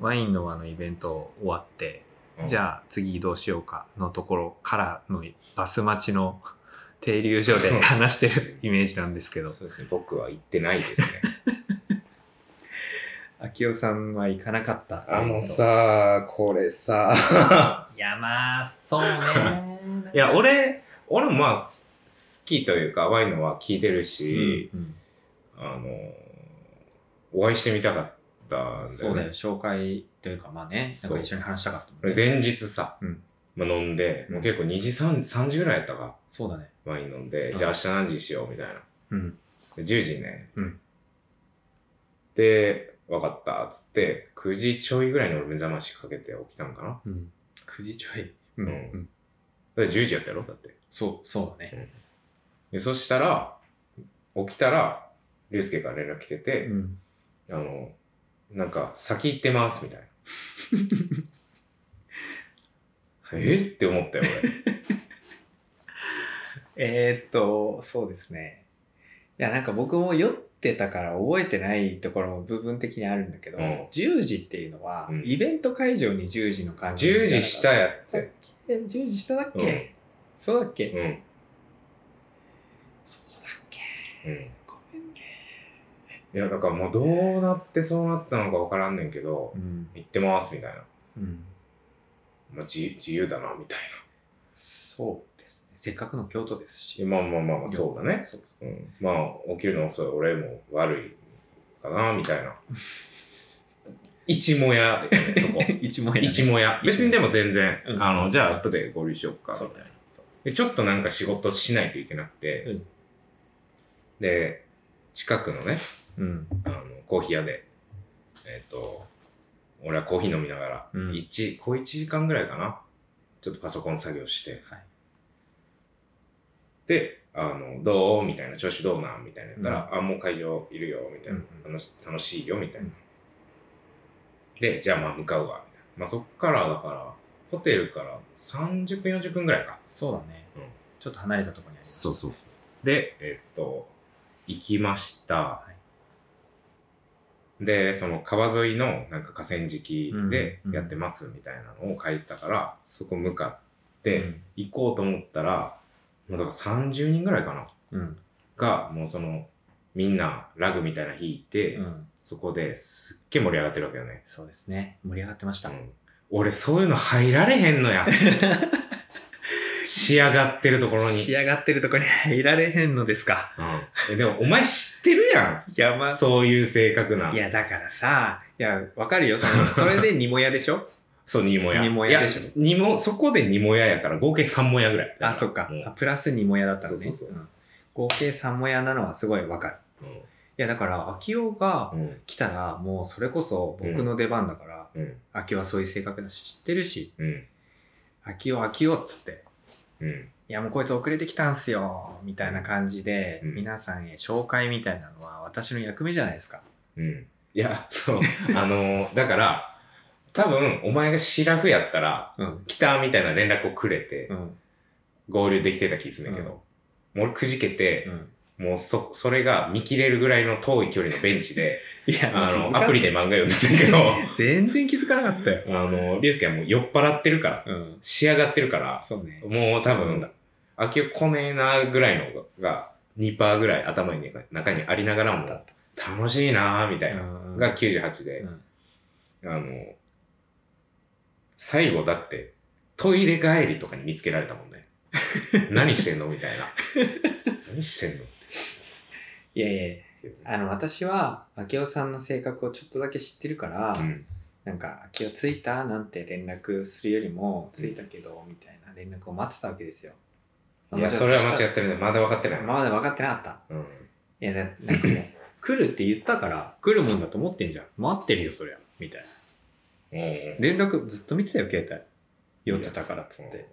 Speaker 2: ワインの輪のイベント終わって、
Speaker 1: うん
Speaker 2: じゃあ次どうしようかのところからのバス待ち の停留所
Speaker 1: そう
Speaker 2: で話してるイメージなんですけど
Speaker 1: そうですね。僕は行ってないですね。
Speaker 2: 明夫さんは行かなかった
Speaker 1: あのさ、これさ。
Speaker 2: いやまあそうね
Speaker 1: いや、俺、俺もまあ、す好きというか、ワインのは聞いてるし、
Speaker 2: うん
Speaker 1: あの、お会いしてみたかったんだ
Speaker 2: そ
Speaker 1: よ
Speaker 2: うだよ
Speaker 1: ね。
Speaker 2: 紹介というかまあねなん
Speaker 1: そう
Speaker 2: か一緒に話したかったもんね
Speaker 1: 前日さ、
Speaker 2: うん
Speaker 1: まあ、飲んで、もう結構2時、3, 3時ぐらいやったか。
Speaker 2: そうだね
Speaker 1: ワイン飲んで、
Speaker 2: うん
Speaker 1: じゃあ明日何時にしようみたいな。
Speaker 2: うん
Speaker 1: で10時ね。
Speaker 2: うん
Speaker 1: で、分かった、っつって、9時ちょいぐらいに俺目覚ましかけて起きたんかな。
Speaker 2: うん9時ちょいうん、
Speaker 1: う
Speaker 2: うんん、
Speaker 1: で10時やったやろだって。
Speaker 2: そうそうだね
Speaker 1: でそしたら、起きたら、竜介から連絡来てて、
Speaker 2: うん
Speaker 1: あの、なんか、先行ってます、みたいな。 えって思ったよ、
Speaker 2: えーっと、そうですね。いや、なんか僕も酔ってたから覚えてないところも部分的にあるんだけど、
Speaker 1: うん
Speaker 2: 10時っていうのは、
Speaker 1: うん
Speaker 2: イベント会場に10時の
Speaker 1: 俺。
Speaker 2: 感じ。
Speaker 1: 10時下やって。
Speaker 2: え、10時下だっけ、
Speaker 1: うん
Speaker 2: そうだっけ、
Speaker 1: うん。
Speaker 2: そうだっけ
Speaker 1: うん。
Speaker 2: ごめんね。
Speaker 1: いや、だからもうどうなってそうなったのか分からんねんけど、
Speaker 2: うん。
Speaker 1: 行ってます、みたいな。
Speaker 2: うん。
Speaker 1: まあ、自自由だな、みたい
Speaker 2: そうですね。せっかくの京都ですし。
Speaker 1: な。まあまあまあまあ、そうだね。
Speaker 2: そう
Speaker 1: うん、まあ、起きるの遅い、俺も悪いかな、みたい な。一もやだよね、そ こ。
Speaker 2: 一問やね
Speaker 1: 一もや。別にでも全然、
Speaker 2: うん
Speaker 1: あの、じゃあ後で合流しよっか、
Speaker 2: そう
Speaker 1: みた
Speaker 2: だ
Speaker 1: いな
Speaker 2: ね。そう
Speaker 1: で、ちょっとなんか仕事しないといけなくて、
Speaker 2: うん
Speaker 1: で、近くのね、
Speaker 2: うん。
Speaker 1: あの、コーヒー屋で、えっ、と、俺はコーヒー飲みながら、
Speaker 2: うん
Speaker 1: 一小1時間ぐらいかな、ちょっとパソコン作業して、
Speaker 2: はい。
Speaker 1: で、あの、どうみたいな、調子どうなんみたいな言ったら、あ、もう会場いるよ、みたいな、
Speaker 2: うんうん
Speaker 1: 楽し楽しいよ、みたいな。
Speaker 2: うん
Speaker 1: で、じゃあまあ向かうわ、みたいな。まあそっから、だから、ホテルから30分、40分ぐらいか。
Speaker 2: そうだね。
Speaker 1: うん
Speaker 2: ちょっと離れたところにあります。
Speaker 1: そうそうそう。で、えっと、行きました。
Speaker 2: は
Speaker 1: で、その川沿いのなんか河川敷で
Speaker 2: うんうん
Speaker 1: やってますみたいなのを書いてたから、そこ向かっ
Speaker 2: い。
Speaker 1: て行こうと思ったら、もうだから30人ぐらいかな
Speaker 2: うん。
Speaker 1: が、もうその、みんなラグみたいなの引いて、
Speaker 2: うん。うん。
Speaker 1: そこですっげえ盛り上がってるわけよね。
Speaker 2: そうですね。盛り上がってました。
Speaker 1: うん俺そういうの入られへんの や。仕上がってるところに。
Speaker 2: 仕上がってるところに入られへんのですか。
Speaker 1: うんえでもお前知ってるや
Speaker 2: いや、
Speaker 1: ん。そういう性格な。
Speaker 2: いや、だからさ、いや、わかるよ。そ の、それでにもやでしょ
Speaker 1: そう、にもや。
Speaker 2: にもやでしょ
Speaker 1: いにも、そこでにもややから、合計3もやぐらい。
Speaker 2: あ、そっか
Speaker 1: うん。
Speaker 2: あプラスにもやだったのね。
Speaker 1: そうそうそうん
Speaker 2: 合計3もやなのはすごいわかる。いや、だから、秋夫が
Speaker 1: うん。うん。
Speaker 2: 来たら、もうそれこそ僕の出番だから、
Speaker 1: うん。
Speaker 2: 秋夫はそういう性格だし、知ってるし、
Speaker 1: うん。
Speaker 2: 飽きよう飽きようっつって、
Speaker 1: うん。
Speaker 2: いやもうこいつ遅れてきたんすよ、みたいな感じで、
Speaker 1: うん
Speaker 2: 皆さんへ紹介みたいなのは私の役目じゃないですか。
Speaker 1: うん。いや、そう。あのーだから、多分、お前がシラフやったら、
Speaker 2: うん。
Speaker 1: 来たみたいな連絡をくれて
Speaker 2: う、ん。
Speaker 1: 合流できてた気すんだけど、もうくじけて
Speaker 2: う、ん。
Speaker 1: もうそ、それが見切れるぐらいの遠い距離のベンチで、
Speaker 2: いや、
Speaker 1: あ
Speaker 2: 気づ
Speaker 1: の、
Speaker 2: か
Speaker 1: アプリで漫画読んでたけど、
Speaker 2: 全然気づかなかったよ。
Speaker 1: あの、リュウスケはもう酔っ払ってるから、
Speaker 2: うん。
Speaker 1: 仕上がってるから、
Speaker 2: そうね。
Speaker 1: もう多
Speaker 2: う
Speaker 1: 分
Speaker 2: ん、
Speaker 1: あきよ来ねえなぐらいのが、2%ぐらい頭に中にありながらも、楽しいなみたいな、
Speaker 2: うん
Speaker 1: が98で、
Speaker 2: うん
Speaker 1: あの、最後だって、トイレ帰りとかに見つけられたもん ね。何してんのみたいな。何してんの
Speaker 2: いやいや、あの、私は、明夫さんの性格をちょっとだけ知ってるから、
Speaker 1: うん。
Speaker 2: なんか、明夫着いたなんて連絡するよりも、着いたけど、みたいな連絡を待ってたわけですよ。
Speaker 1: いや、それは間違
Speaker 2: っ
Speaker 1: ってるね。まだ分かってない。
Speaker 2: まだ分かってなかった。
Speaker 1: うん。
Speaker 2: いや、だなんかもう、来るって言ったから、来るもんだと思ってんじゃん。待ってるよ、そりゃ。みたいな。
Speaker 1: うん
Speaker 2: 連絡ずっと見てたよ、携帯。酔ってたからっつって。。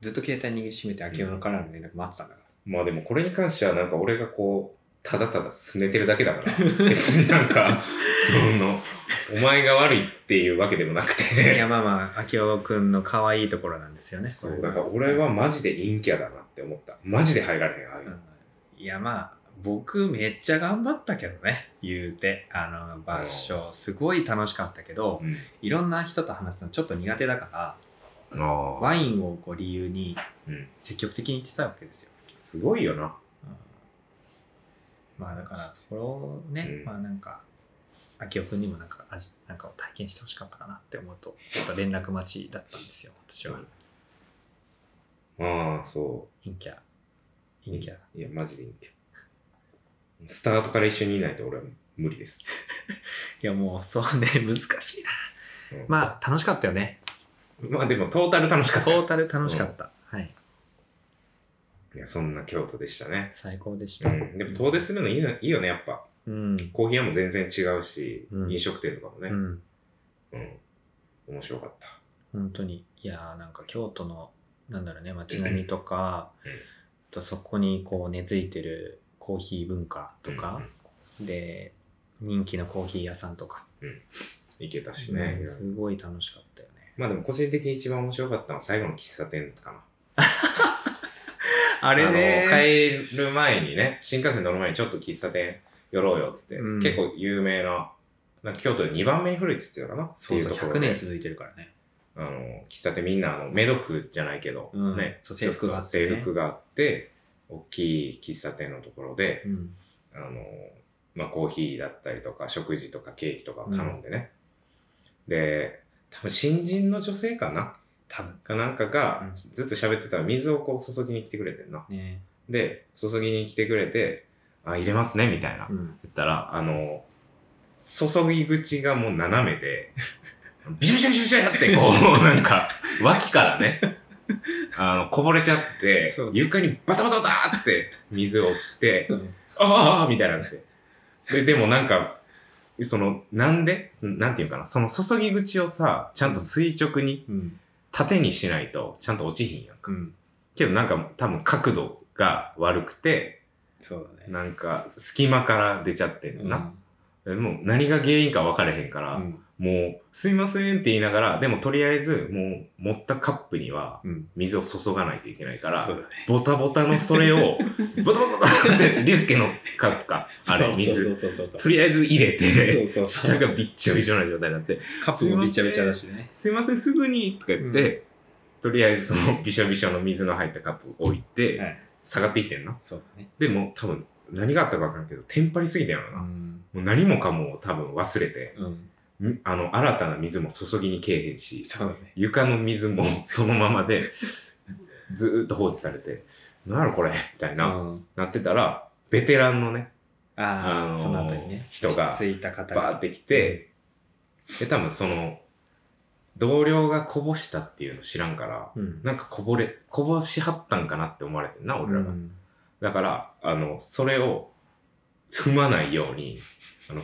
Speaker 2: ずっと携帯握りしめて、明夫からの連絡待ってたんだか
Speaker 1: まあでもこれに関してはなんか俺がこう、ただただ拗ねてるだけだから、別になん か、その、お前が悪いっていうわけでもなく
Speaker 2: ら。い
Speaker 1: て、
Speaker 2: や、まあまあ、明夫くんの可愛いところなんですよね。
Speaker 1: そ
Speaker 2: れ
Speaker 1: う、
Speaker 2: が
Speaker 1: なんか俺はマジで陰キャだなって思った。マジで入られへん、ああいうの。
Speaker 2: いやまあ僕めっちゃ頑張ったけどね言うてあの場所すごい楽しかったけどいろんな人と話すのちょっと苦手だか
Speaker 1: う
Speaker 2: ら
Speaker 1: んああ、
Speaker 2: ワインをこう理由に
Speaker 1: うん
Speaker 2: 積極的に言ってたわけですよ、
Speaker 1: すごいよな。
Speaker 2: うんまあだからそれをね、
Speaker 1: うん
Speaker 2: まあなんか明夫君にもなんか味なんかを体験してほしかったかなって思うとちょっと連絡待ちだったんですよ私は
Speaker 1: ああ、そ
Speaker 2: 陰キャ
Speaker 1: う。
Speaker 2: 陰キャ
Speaker 1: いや、マジで陰キャ。スタートから一緒にいないと俺は無理です。
Speaker 2: いやもうそうね難しいな
Speaker 1: うん
Speaker 2: まあ楽しかったよね
Speaker 1: まあでもトータル楽しかった。
Speaker 2: トータル楽しかった。はい。
Speaker 1: いや、そんな京都でしたね。
Speaker 2: 最高でし
Speaker 1: う
Speaker 2: た。
Speaker 1: ん。でも遠出するのいいのいいよね、やっぱ。
Speaker 2: うん。
Speaker 1: コーヒー屋も全然違うし、
Speaker 2: うん
Speaker 1: 飲食店とかもね。
Speaker 2: うん。
Speaker 1: うん。面白かった。
Speaker 2: 本当に。いやーなんか京都の、なんだろうね、街並みとか
Speaker 1: うん、
Speaker 2: あとそこにこう根付いてるコーヒー文化と
Speaker 1: うん
Speaker 2: か
Speaker 1: うん、
Speaker 2: で、人気のコーヒー屋さんとか、
Speaker 1: 行けたしね。
Speaker 2: うんすごい楽しかったよね。
Speaker 1: まあでも個人的に一番面白かったのは最後の喫茶店かな。
Speaker 2: あれね
Speaker 1: の帰る前にね、新幹線乗る前にちょっと喫茶店寄ろうよっつって、
Speaker 2: うん
Speaker 1: 結構有名な、なんか京都で2番目に古いっつってたかなって
Speaker 2: そ
Speaker 1: いうう
Speaker 2: そう、
Speaker 1: ところ
Speaker 2: 100
Speaker 1: で
Speaker 2: 年続いてるからね。
Speaker 1: あの、喫茶店みんなあの、メイド服じゃないけど、
Speaker 2: うん
Speaker 1: ね、
Speaker 2: そう制服があってね
Speaker 1: 制服があって、大きい喫茶店のところで、
Speaker 2: うん。
Speaker 1: あの、まあ、コーヒーだったりとか、食事とかケーキとかを頼んでね。で、多分新人の女性かな
Speaker 2: 多分。
Speaker 1: かなんかが、
Speaker 2: うん
Speaker 1: ずっと喋ってたら水をこう注ぎに来てくれてんな。
Speaker 2: ね
Speaker 1: で、注ぎに来てくれて、あ、入れますね、みたいな。
Speaker 2: うん。
Speaker 1: 言ったら、あの、注ぎ口がもう斜めで、 ビシュビシュビシュビシュってこ う、なんか、脇からね、あの、こぼれちゃって
Speaker 2: そう、
Speaker 1: 床にバタバタバタって水落ちて、
Speaker 2: うん
Speaker 1: ああああみたいなって。で、でもなんか、その、なんでなんていうかな、その注ぎ口をさ、ちゃんと垂直に、
Speaker 2: うん。
Speaker 1: 縦にしないと、ちゃんと落ちひんやんか。
Speaker 2: うん。
Speaker 1: けどなんか、多分角度が悪くて、
Speaker 2: そうだね。
Speaker 1: なんか、隙間から出ちゃってんな。
Speaker 2: うん
Speaker 1: でもう何が原因か分かれへんから、
Speaker 2: うん。
Speaker 1: もう、すいませんって言いながら、でもとりあえず、もう、持ったカップには、
Speaker 2: うん。
Speaker 1: 水を注がないといけないから
Speaker 2: そ、うだね
Speaker 1: ボタボタのそれ を、ボタボタボタって、リュウスケのカップか、あれ、
Speaker 2: そ
Speaker 1: 水。
Speaker 2: うそうそうそう
Speaker 1: とりあえず入れて、
Speaker 2: そうそ
Speaker 1: 下
Speaker 2: う
Speaker 1: がびっちょびちょな状態になって、
Speaker 2: カップもびちゃびちゃだしね。
Speaker 1: すいません、すぐにとか言って、とりあえずそのびしょびしょの水の入ったカップを置いて、
Speaker 2: はい。
Speaker 1: 下がっていってんな。
Speaker 2: そうだね。
Speaker 1: でも、多分、何があったか分からんけど、テンパりすぎたよな。も
Speaker 2: ん。
Speaker 1: う何もかも多分忘れて、
Speaker 2: うん。
Speaker 1: みあの、新たな水も注ぎにけえへんし、
Speaker 2: そうだね。
Speaker 1: 床の水もそのままで、ずーっと放置されて、なんやろこれみたいな、
Speaker 2: うん。
Speaker 1: なってたら、ベテランのね、あの
Speaker 2: ああ、
Speaker 1: ー
Speaker 2: その後にね。
Speaker 1: 人が
Speaker 2: ついた方
Speaker 1: バーっ
Speaker 2: が。
Speaker 1: て来て、で、多分その、同僚がこぼしたっていうの知らんから、
Speaker 2: うん。
Speaker 1: なんかこぼれ、こぼしはったんかなって思われてんな、俺らが。
Speaker 2: うん
Speaker 1: だから、あの、それを踏まないように、あの、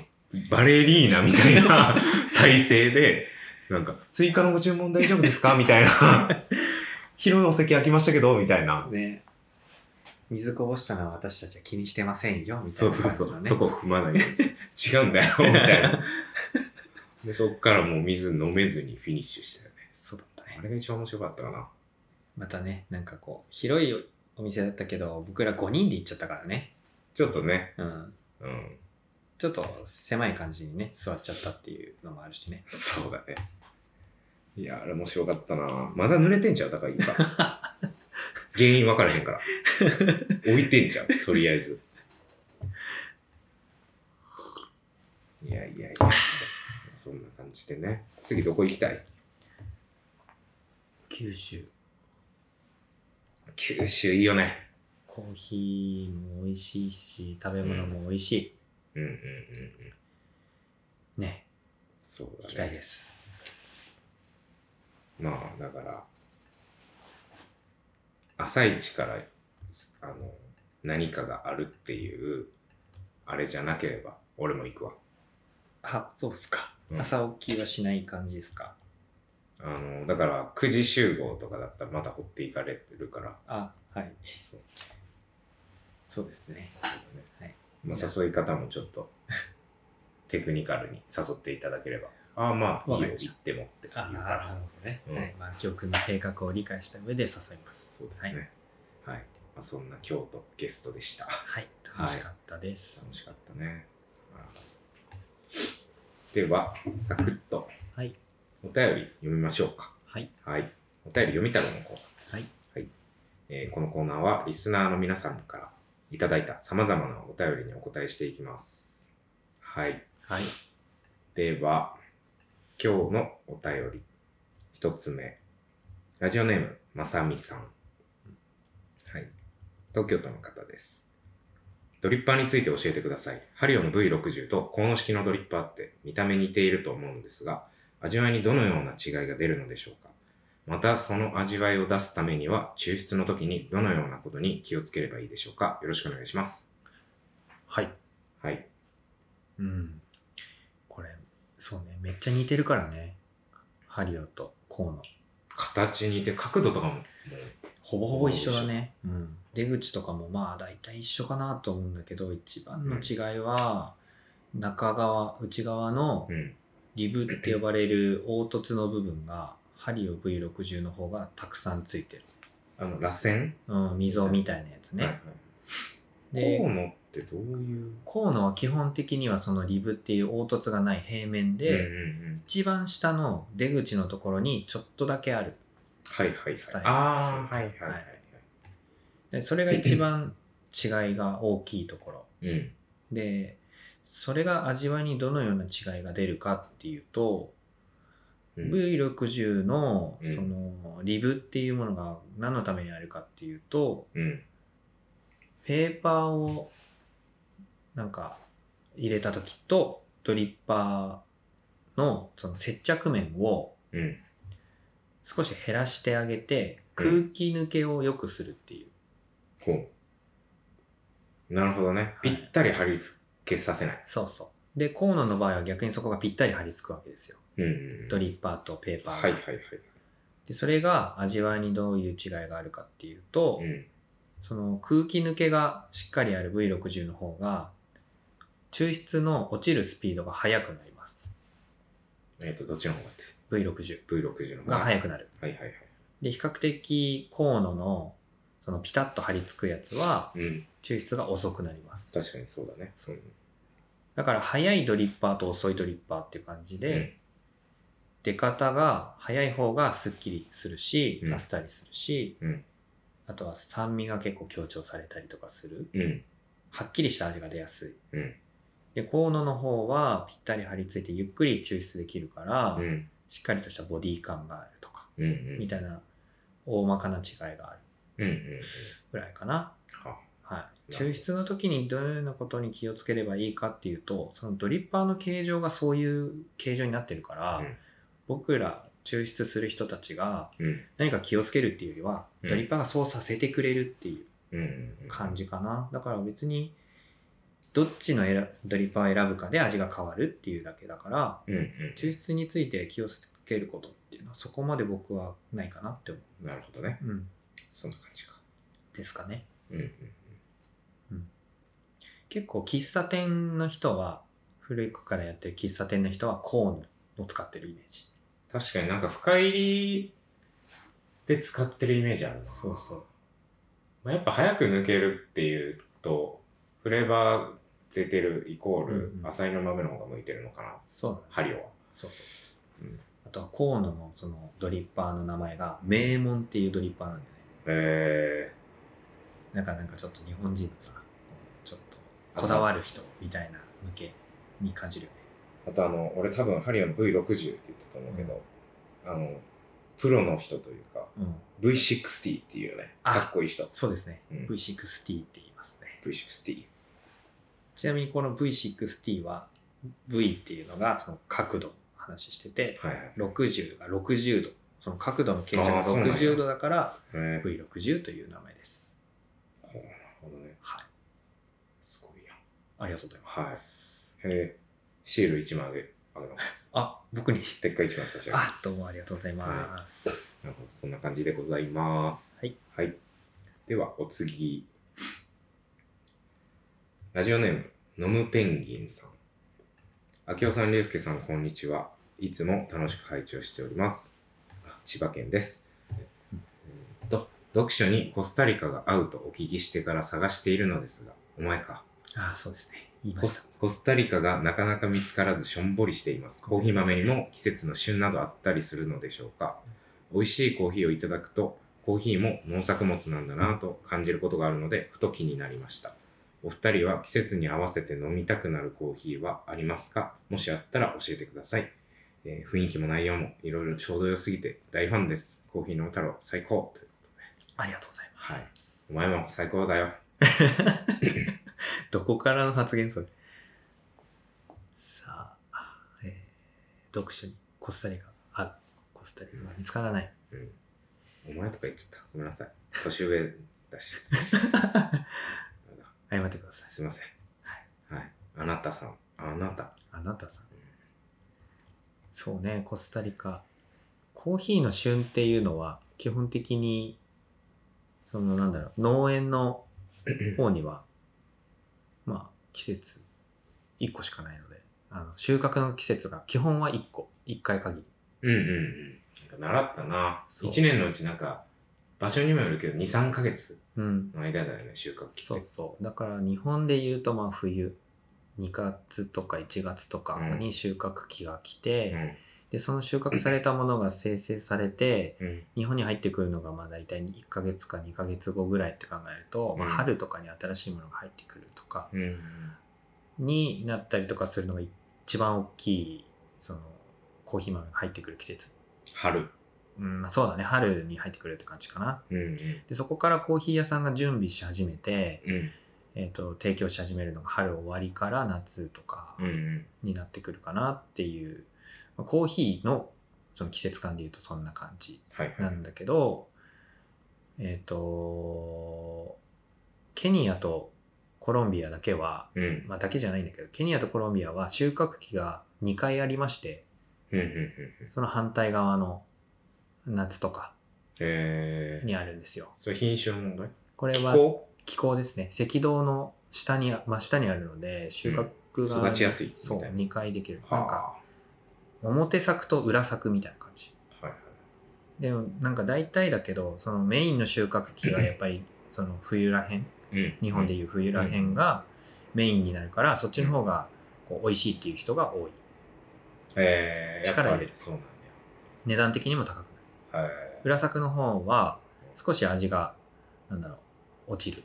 Speaker 1: バレリーナみたい な体勢で、なんか、追加のご注文大丈夫ですかみたいな広いお席空きましたけど、みたいな。
Speaker 2: ね。水こぼしたのは私たちは気にしてませんよ、みたいな、ね。
Speaker 1: そうそうそう。そこ踏まない。違うんだよ、みたいな。で、そっからもう水飲めずにフィニッシュしたよね。
Speaker 2: そうだったね
Speaker 1: あ。れが一番面白かったかな。
Speaker 2: またね、なんかこう、広いお店だったけど、僕ら5人で行っちゃったからね。
Speaker 1: ちょっとね、
Speaker 2: うん。
Speaker 1: うん。
Speaker 2: ちょっと狭い感じにね、座っちゃったっていうのもあるしね。
Speaker 1: そうだね。いや、あれ面白かったなまだ濡れてんちゃうだから 今。原因分からへんから。置いてんちゃうとりあえず。いやいやいや。そんな感じでね。次どこ行きたい
Speaker 2: 九州。
Speaker 1: 九州いいよね。
Speaker 2: コーヒーも美味しいし、食べ物も美味しい。
Speaker 1: うんうんうんうん。
Speaker 2: ね、
Speaker 1: そうだね。
Speaker 2: 行きたいです。
Speaker 1: まあ、だから、朝一から、すあの、何かがあるっていう、あれじゃなければ、俺も行くわ。
Speaker 2: あ、そうっすか。
Speaker 1: うん
Speaker 2: 朝起きはしない感じですか。
Speaker 1: あの、だから、9時集合とかだったらまた掘っていかれるから、
Speaker 2: あ、はい。
Speaker 1: そう
Speaker 2: そうですね。
Speaker 1: そうだね。
Speaker 2: はい
Speaker 1: まあ、誘い方もちょっと、テクニカルに誘っていただければ、ああ、まあ、い
Speaker 2: わ
Speaker 1: い
Speaker 2: か
Speaker 1: よ
Speaker 2: り、まし
Speaker 1: 行
Speaker 2: た
Speaker 1: ってもって言う
Speaker 2: あ、な
Speaker 1: から。
Speaker 2: るほどね。
Speaker 1: うん
Speaker 2: はい。まあ、教訓の性格を理解した上で誘います。
Speaker 1: そうですね。はい。まあ、そんな京都ゲストでした。
Speaker 2: はい。楽しかったです。
Speaker 1: 楽しかったね。では、サクッと
Speaker 2: はい。
Speaker 1: お便り読みましょうか。
Speaker 2: はい。
Speaker 1: はい。お便り読みたろのコーナー。
Speaker 2: はい。
Speaker 1: えーこのコーナーはリスナーの皆さんからいただいた様々なお便りにお答えしていきます。はい。
Speaker 2: はい。
Speaker 1: では、今日のお便り。一つ目。ラジオネーム、まさみさん。はい。東京都の方です。ドリッパーについて教えてください。ハリオの V60 とコーノ式のドリッパーって見た目似ていると思うんですが、味わいにどのような違いが出るのでしょうかまた、その味わいを出すためには、抽出の時にどのようなことに気をつければいいでしょうかよろしくお願いします。
Speaker 2: はい。
Speaker 1: はい。
Speaker 2: うん。これ、そうね。めっちゃ似てるからね。ハリオとコウの。
Speaker 1: 形似て、角度とかも、も
Speaker 2: ほぼほぼ一緒だね。うん。出口とかもまあ大体一緒かなと思うんだけど、一番の違いは、中側、内側の
Speaker 1: う、うん。
Speaker 2: リブって呼ばれる凹凸の部分が、ハリオ V60 の方がたくさんついてる。
Speaker 1: あの、螺旋
Speaker 2: うん、溝みたいなやつ
Speaker 1: はいはい
Speaker 2: ね。
Speaker 1: 河
Speaker 2: で、
Speaker 1: 野ってどういう
Speaker 2: コウのは基本的にはそのリブっていう凹凸がない平面
Speaker 1: う
Speaker 2: で、
Speaker 1: んうんうん、
Speaker 2: 一番下の出口のところにちょっとだけある。
Speaker 1: はいはいはい
Speaker 2: スタイル
Speaker 1: ああはいはいはいは
Speaker 2: でそれが一番違いが大きいところ。
Speaker 1: いうん
Speaker 2: で、それが味わいにどのような違いが出るかっていうと、
Speaker 1: うん
Speaker 2: V60 の
Speaker 1: うん
Speaker 2: そのリブっていうものが何のためにあるかっていうと、
Speaker 1: うん
Speaker 2: ペーパーをなんか入れた時とドリッパーのその接着面を
Speaker 1: うん
Speaker 2: 少し減らしてあげて
Speaker 1: う
Speaker 2: 空気抜けを良くするっていう。
Speaker 1: ほうなるほどね、ぴったり貼り付けさせない
Speaker 2: そうそう。で、コーノの場合は逆にそこがぴったり貼り付くわけですよ。
Speaker 1: うんうんうん
Speaker 2: ドリッパーとペーパー
Speaker 1: は
Speaker 2: が。
Speaker 1: いはいはい
Speaker 2: でそれが味わいにどういう違いがあるかっていうと、
Speaker 1: うん
Speaker 2: その空気抜けがしっかりある V60 の方が抽出の落ちるスピードが速くなります
Speaker 1: えっ、とどっちの方がって
Speaker 2: V60
Speaker 1: V60 の方
Speaker 2: が
Speaker 1: はい
Speaker 2: 速くなる
Speaker 1: はいはい
Speaker 2: で比較的コーノのそのピタッと張り付くやつは
Speaker 1: うん
Speaker 2: 抽出が遅くなります
Speaker 1: 確かにそうだねそう
Speaker 2: だから速いドリッパーと遅いドリッパーっていう感じで、
Speaker 1: うん
Speaker 2: 出方が速い方がすっきりするし
Speaker 1: うん
Speaker 2: あっさりするし、
Speaker 1: うん
Speaker 2: あとは酸味が結構強調されたりとかする
Speaker 1: うん
Speaker 2: はっきりした味が出やすい。
Speaker 1: うん
Speaker 2: で、コーノの方はぴったり張り付いてゆっくり抽出できるから、
Speaker 1: うん
Speaker 2: しっかりとしたボディ感があるとか、
Speaker 1: うんうん
Speaker 2: みたいな大まかな違いがある
Speaker 1: うんうん
Speaker 2: ぐらいかな。
Speaker 1: は
Speaker 2: はい。
Speaker 1: なるほど
Speaker 2: 抽出の時にどのようなことに気をつければいいかっていうと、そのドリッパーの形状がそういう形状になってるから、
Speaker 1: うん
Speaker 2: 僕ら抽出する人たちが
Speaker 1: うん
Speaker 2: 何か気をつけるっていうよりは、
Speaker 1: うん
Speaker 2: ドリッパーがそうさせてくれるっていう
Speaker 1: うんうんうん
Speaker 2: 感じかな。だから別に、どっちの選ドリッパーを選ぶかで味が変わるっていうだけだから、
Speaker 1: うんうん
Speaker 2: 抽出について気をつけることっていうのはそこまで僕はないかなって思
Speaker 1: なるほどね。
Speaker 2: う、うん、
Speaker 1: そんな感じか。
Speaker 2: ですかね
Speaker 1: うんうん。
Speaker 2: 結構喫茶店の人は古くからやってる喫茶店の人はコーンを使ってるイメージ
Speaker 1: 確かになんか深入りで使ってるイメージあるな。
Speaker 2: そうそう
Speaker 1: まあ、やっぱ早く抜けるっていうと、フレーバー出てるイコール
Speaker 2: うんう、ん
Speaker 1: 浅いの豆の方が向いてるのかな、
Speaker 2: そうだね
Speaker 1: 針は。
Speaker 2: そうそう
Speaker 1: うん
Speaker 2: あとは河野のそのドリッパーの名前が名門っていうドリッパーなんだよね
Speaker 1: え
Speaker 2: なんかなんかちょっと日本人のさちょっとこだわる人みたいな向けに感じるよね
Speaker 1: ー、あとあの、俺多分ハリオの V60 って言ってたと思うけど、あの、プロの人というか、
Speaker 2: うん
Speaker 1: V60 っていうね、
Speaker 2: あ
Speaker 1: かっこいい人。
Speaker 2: そうですね、
Speaker 1: うん
Speaker 2: V6T って言いますね
Speaker 1: V60。
Speaker 2: ちなみにこの V6T は V っていうのがその角度の話してて
Speaker 1: はいはい。
Speaker 2: 60が60度その角度の傾斜
Speaker 1: あー
Speaker 2: が
Speaker 1: そうなんや
Speaker 2: 60度だから
Speaker 1: えー、
Speaker 2: V60 という名前です
Speaker 1: ほうなるほどね。
Speaker 2: はい
Speaker 1: すごいやん。
Speaker 2: ありがとうございます、
Speaker 1: えー、シール1枚あげあげ ます。
Speaker 2: あ僕に
Speaker 1: ステッカー1枚差し上げま
Speaker 2: あ
Speaker 1: す。
Speaker 2: どうもありがとうございます、
Speaker 1: なるほどそんな感じでございます。
Speaker 2: はい。
Speaker 1: では、お次。ラジオネーム、ノムペンギンさん。明夫さん、竜介さん、こんにちは。いつも楽しく拝聴しております。あ千葉県です。えーっと、読書にコスタリカが合うとお聞きしてから探しているのですが、お前か。
Speaker 2: あそうですね言いま
Speaker 1: コ
Speaker 2: した
Speaker 1: スコスタリカがなかなか見つからずしょんぼりしています。コーヒー豆にも季節の旬などあったりするのでしょうか。美味しいコーヒーをいただくと、コーヒーも農作物なんだなぁと感じることがあるので、ふと気になりました。お二人は季節に合わせて飲みたくなるコーヒーはありますかもしあったら教えてください。えー雰囲気も内容もいろいろちょうど良すぎて大ファンです。コーヒー飲む太郎最高ということで。
Speaker 2: ありがとうござい
Speaker 1: は
Speaker 2: ま
Speaker 1: い。お前も最高だよ。
Speaker 2: すどこからの発言それさあ、えー読書にコスタリカが合うコスタリカが見つからない
Speaker 1: うん。お前とか言っちゃった。ごめんなさい。年上だし。
Speaker 2: 謝ってください
Speaker 1: すいません。はい。はい。あなたさん。あなた。
Speaker 2: あなたさんそうねコスタリカコーヒーの旬っていうのは基本的にそのなんだろう農園の方にはまあ季節1個しかないのであの収穫の季節が基本は1個1回限り
Speaker 1: うんうんうん。なんか習ったな。
Speaker 2: そう
Speaker 1: 1年のうちなんか、場所にもよるけど、2、3ヶ月
Speaker 2: うん
Speaker 1: の間だよね、収穫期
Speaker 2: そう
Speaker 1: って。
Speaker 2: そうだから日本で言うとまあ冬2月とか1月とかに収穫期が来て、
Speaker 1: うん。
Speaker 2: でその収穫されたものが生成されて
Speaker 1: うん。
Speaker 2: 日本に入ってくるのがまあ大体1ヶ月か2ヶ月後ぐらいって考えると、まあ
Speaker 1: うん
Speaker 2: 春とかに新しいものが入ってくるとか
Speaker 1: うん。
Speaker 2: になったりとかするのが一番大きいそのコーヒー豆が入ってくる季節、
Speaker 1: 春。
Speaker 2: うんまあ、そうだね春に入ってくるって感じかな
Speaker 1: うんうん。
Speaker 2: でそこからコーヒー屋さんが準備し始めて、
Speaker 1: うん。
Speaker 2: えー、と提供し始めるのが春終わりから夏とか
Speaker 1: うんうん。
Speaker 2: になってくるかなっていう、まあコーヒーのその季節感でいうとそんな感じ
Speaker 1: はいはい。
Speaker 2: なんだけど、えっ、と、ケニアとコロンビアだけは、
Speaker 1: うん。
Speaker 2: まあだけじゃないんだけど、ケニアとコロンビアは収穫期が2回ありまして、
Speaker 1: うんうんうん。
Speaker 2: その反対側の夏とか
Speaker 1: えー。
Speaker 2: にあるんですよ。
Speaker 1: それ品種の問題
Speaker 2: これ
Speaker 1: 気
Speaker 2: は
Speaker 1: 候
Speaker 2: 気候ですね。赤道の下にあ、真下にあるので、収穫が、
Speaker 1: うん育ちやすいみたいな
Speaker 2: そう、2回できる。なんか、
Speaker 1: は
Speaker 2: 表作と裏作みたいな感じ。
Speaker 1: あ。はいはい。
Speaker 2: でもなんか大体だけど、そのメインの収穫期がやっぱ り、その冬らへん
Speaker 1: うん
Speaker 2: 日本でいう冬らへんがメインになるから、そっちの方がこう美味しいっていう人が多い
Speaker 1: えー、やっぱり
Speaker 2: 力入れる
Speaker 1: そうなん
Speaker 2: 値段的にも高く
Speaker 1: だ
Speaker 2: なる
Speaker 1: よ。はい。
Speaker 2: 裏作の方は少し味がなんだろう落ちる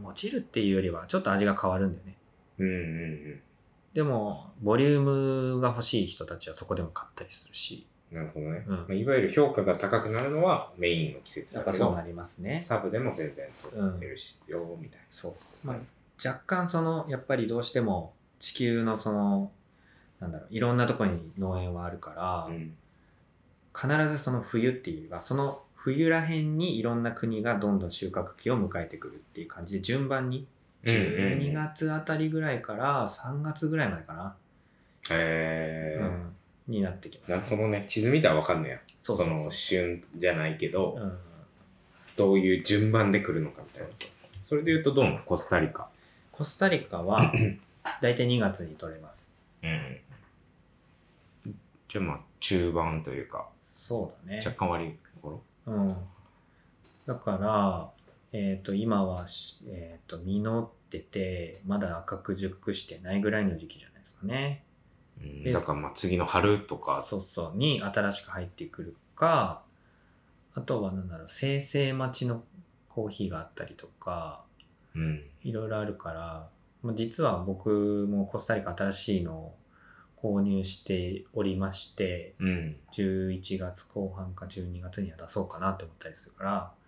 Speaker 2: うん落ちるっていうよりはちょっと味が変わるんだよね
Speaker 1: うんうん
Speaker 2: でもボリュームが欲しい人たちはそこでも買ったりするし
Speaker 1: うん。なるほどね。
Speaker 2: うん
Speaker 1: まあ、いわゆる評価が高くなるのはメインの季節
Speaker 2: だ
Speaker 1: だ
Speaker 2: か
Speaker 1: け
Speaker 2: らそう
Speaker 1: ど、
Speaker 2: なりますね
Speaker 1: サブでも全然取ってるし、よみたいな。
Speaker 2: そう、まあ、若干そのやっぱりどうしても地球のそのなんだろういろんなとこに農園はあるから、
Speaker 1: うん
Speaker 2: 必ずその冬っていうよりはその冬らへんにいろんな国がどんどん収穫期を迎えてくるっていう感じで順番に12月あたりぐらいから3月ぐらいまでかな、
Speaker 1: え
Speaker 2: うんになってきます。
Speaker 1: なるほどね。地図見たらわかんねや。
Speaker 2: そうそうそう
Speaker 1: の旬じゃないけど、
Speaker 2: うん、
Speaker 1: どういう順番で来るのかみたい
Speaker 2: そう
Speaker 1: な。それで言うとどうなのコスタリカ。
Speaker 2: コスタリカは大体2月に取れます。
Speaker 1: うん。じゃあまあ中盤というか、
Speaker 2: そうだね。
Speaker 1: 若干割り頃。
Speaker 2: うん、だから、えー、と今はし、えー、と実っててまだ赤く熟してないぐらいの時期じゃないですかね。
Speaker 1: うん、
Speaker 2: です
Speaker 1: だからまあ次の春とか、
Speaker 2: そうそうに新しく入ってくるかあとは何だろう生成待ちのコーヒーがあったりとか
Speaker 1: うん。
Speaker 2: いろいろあるからまあ実は僕もコスタリカ新しいのを購入しておりまして
Speaker 1: うん。
Speaker 2: 11月後半か12月には出そうかなって思ったりするから、
Speaker 1: うん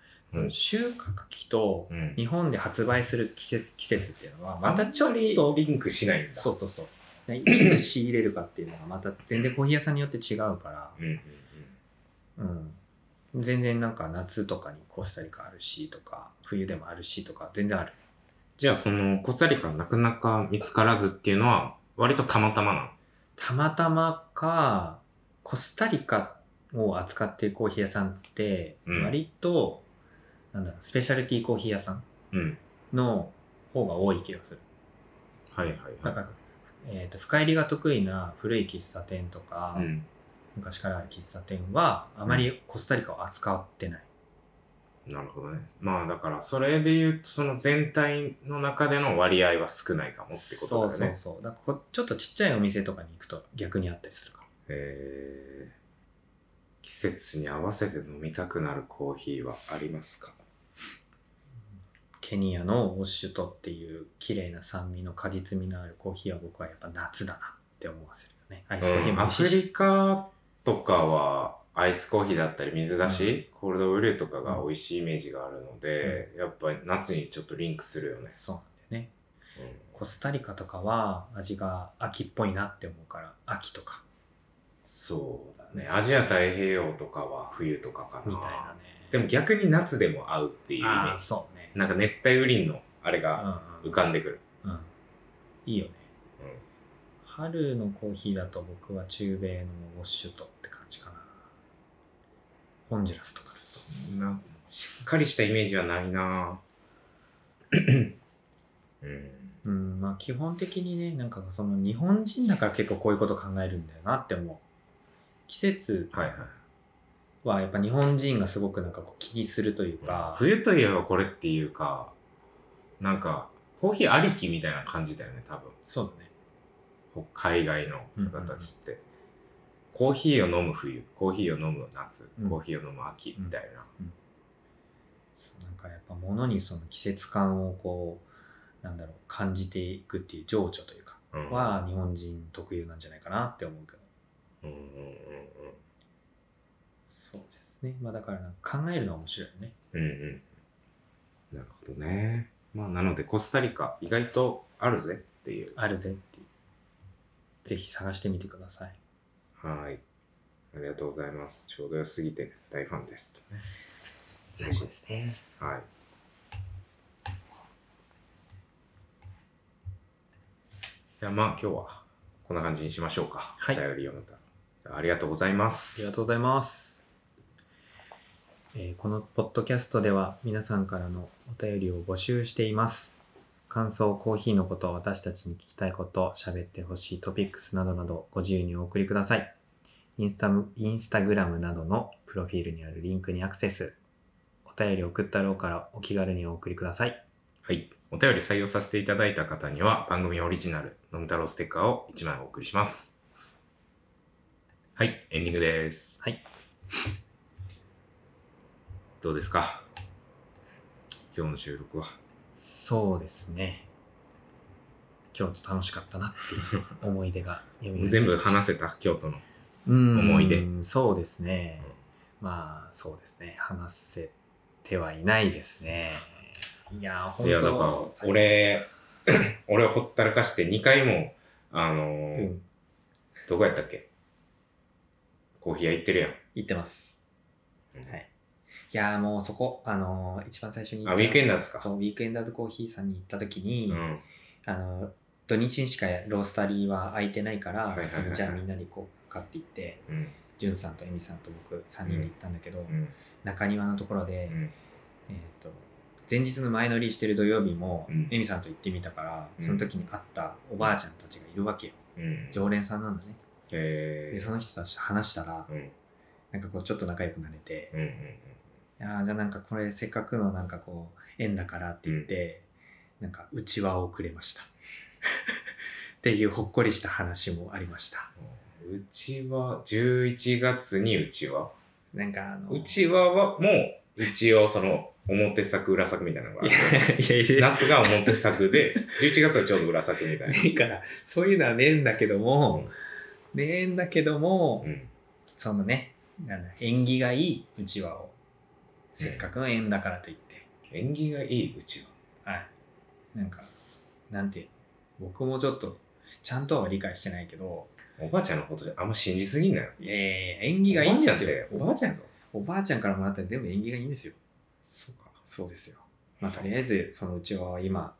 Speaker 2: 収穫期と
Speaker 1: うん
Speaker 2: 日本で発売する季節季節っていうのはまたちょっ
Speaker 1: あん
Speaker 2: と
Speaker 1: まりリンクしないんだ。
Speaker 2: そうそうそうねいつ仕入れるかっていうのがまた全然コーヒー屋さんによって違うか
Speaker 1: うん。うん
Speaker 2: ら、うん、全然なんか夏とかにコスタリカあるしとか冬でもあるしとか全然ある
Speaker 1: じゃあそのコスタリカなかなか見つからずっていうのは割とたまたまなの。
Speaker 2: たまたまかコスタリカを扱ってるコーヒー屋さんって
Speaker 1: うん
Speaker 2: 割と、なんだろうスペシャルティーコーヒー屋さん
Speaker 1: うん。
Speaker 2: の方が多い気がする。
Speaker 1: はいはい
Speaker 2: なん
Speaker 1: は
Speaker 2: か、えー、と深入りが得意な古い喫茶店とか、
Speaker 1: い。うん。
Speaker 2: 昔からある喫茶店はあまりコスタリカを扱ってない。
Speaker 1: なるほどね。まあだからそれで言うとその全体の中での割合は少ないかもってことだ
Speaker 2: そ
Speaker 1: よ
Speaker 2: う
Speaker 1: ね。
Speaker 2: そうそう。だからこちょっとちっちゃいお店とかに行くと逆にあったりするから。
Speaker 1: えー季節に合わせて飲みたくなるコーヒーはありますか
Speaker 2: ケニアのウォッシュトっていう綺麗な酸味の果実味のあるコーヒーは僕はやっぱ夏だなって思わせるよね。アイスコーヒー
Speaker 1: うん
Speaker 2: も美
Speaker 1: ア
Speaker 2: 味しい
Speaker 1: フ
Speaker 2: し。
Speaker 1: リカとかはアイスコーヒーだったり水出し、コールドブリューとかが美味しいイメージがあるので、やっぱり夏にちょっとリンクするよね。
Speaker 2: そうなんだよね。コスタリカとかは味が秋っぽいなって思うから、秋とか
Speaker 1: そうだね。アジア太平洋とかは冬とかかな。
Speaker 2: みたいなね。
Speaker 1: でも逆に夏でも合うっていうイメ
Speaker 2: あ
Speaker 1: ー
Speaker 2: ー
Speaker 1: ジ。
Speaker 2: そうね。
Speaker 1: なんか熱帯雨林のあれが
Speaker 2: う
Speaker 1: 浮
Speaker 2: ん
Speaker 1: かんでくる。
Speaker 2: うん、うん、いいよね。
Speaker 1: うん
Speaker 2: 春のコーヒーだと僕は中米のウォッシュトって感じかな。ホンジュラスとかです。
Speaker 1: そんな、しっかりしたイメージはない なぁ。うん。
Speaker 2: うん、まあ基本的にね、なんかその日本人だから結構こういうこと考えるんだよなって思う。季節
Speaker 1: はいはい。
Speaker 2: はやっぱ日本人がすごくなんかこう気にするというか、
Speaker 1: 冬といえばこれっていうか、なんか、コーヒーありきみたいな感じだよね、多
Speaker 2: そうだ
Speaker 1: 分。
Speaker 2: ね。
Speaker 1: 海外の方たちって。コーヒーを飲む冬、コーヒーを飲む夏、
Speaker 2: うん
Speaker 1: コーヒーを飲む秋みたいな。
Speaker 2: そうなんかやっぱ物にその季節感をこう、なんだろう、感じていくっていう情緒というか、
Speaker 1: うん
Speaker 2: は日本人特有なんじゃないかなって思うけど。
Speaker 1: うんうんうんうん
Speaker 2: そうですね。まあだからなんか考えるのは面白いよね。
Speaker 1: うんうん。なるほどね。まあ、なので、コスタリカ、意外とあるぜっていう。
Speaker 2: あるぜっていう。ぜひ探してみてください。
Speaker 1: はい。ありがとうございます。ちょうど良すぎて大ファンです。
Speaker 2: 最高ですね。
Speaker 1: はい。じゃあまあ今日はこんな感じにしましょうか。
Speaker 2: はい
Speaker 1: お便りをまた。じゃあありがとうございま
Speaker 2: ありが
Speaker 1: す。
Speaker 2: とうございます。えーこのポッドキャストでは皆さんからのお便りを募集しています。感想、コーヒーのこと、私たちに聞きたいこと、喋ってほしいトピックスなどなどご自由にお送りください。インスタムインスタグラムなどのプロフィールにあるリンクにアクセス。お便り送ったろうからお気軽にお送りください。
Speaker 1: はい。お便り採用させていただいた方には番組オリジナル、のむ太郎ステッカーを1枚お送りします。はい、エンディングです。
Speaker 2: はい。
Speaker 1: どうですか今日の収録は。
Speaker 2: そうですね。京都楽しかったなっていう思い出が蘇ってきました
Speaker 1: 全部話せた京都の。
Speaker 2: 思
Speaker 1: 思い出。
Speaker 2: そうですね。まあ、そうですね。話せてはいないですね。いや、本
Speaker 1: い
Speaker 2: 当
Speaker 1: や、だから、、俺、 俺をほったらかして2回も、あの
Speaker 2: う
Speaker 1: ー
Speaker 2: ん、
Speaker 1: どこやったっけコーヒー屋行ってるやん。
Speaker 2: 行ってます。
Speaker 1: うん
Speaker 2: はい。いや、もうそこ、あのー一番最初に行
Speaker 1: あ、
Speaker 2: っ
Speaker 1: ウ
Speaker 2: た
Speaker 1: ィークエンダーズか。
Speaker 2: そう、ウィークエンダーズコーヒーさんに行った時に、
Speaker 1: うん。
Speaker 2: あのー土日にしかロースタリーは空いてないから、
Speaker 1: はいはいはいはい
Speaker 2: そこにじゃあみんなで行こうかって言って、
Speaker 1: うん
Speaker 2: じゅんさんとえみさんと僕3人で行ったんだけど、
Speaker 1: うん
Speaker 2: 中庭のところで、
Speaker 1: うん
Speaker 2: えー、と前日の前乗りしてる土曜日も、
Speaker 1: うん
Speaker 2: えみさんと行ってみたから、
Speaker 1: うん
Speaker 2: その時に会ったおばあちゃんたちがいるわけよ。
Speaker 1: うん
Speaker 2: 常連さんなんだね。
Speaker 1: えー
Speaker 2: で、その人たちと話したら、
Speaker 1: うん
Speaker 2: なんかこうちょっと仲良くなれて、
Speaker 1: うんうん
Speaker 2: ああ、じゃあなんかこれせっかくのなんかこう、縁だからって言って、なんかうちわをくれました。 っていうほっこりした話もありました。
Speaker 1: うんうちは11月にうちは
Speaker 2: なんかあの、
Speaker 1: うちわはもう一応その表作裏作みたいなのがあ
Speaker 2: い
Speaker 1: る
Speaker 2: やいやいや、
Speaker 1: 夏が表作で11月はちょうど裏作みたいな。
Speaker 2: いいから、そういうのはねえんだけども、ねえんだけども
Speaker 1: う、ん
Speaker 2: そのね、なんだ、縁起がいいうちわを、せっかくの縁だからと言って、
Speaker 1: 縁起がいいうちわ。
Speaker 2: はい。なんか、なんて、僕もちょっと、ちゃんとは理解してないけど、
Speaker 1: おばあちゃんのことあんま信じすぎんなよ。
Speaker 2: いやいやいや縁起がいいんですよ。
Speaker 1: おばあちゃんっておばあちゃんやぞ。
Speaker 2: おばあちゃんからもらったら全部縁起がいいんですよ。
Speaker 1: そうか。
Speaker 2: そうですよ。まあ、とりあえず、そのうちは今、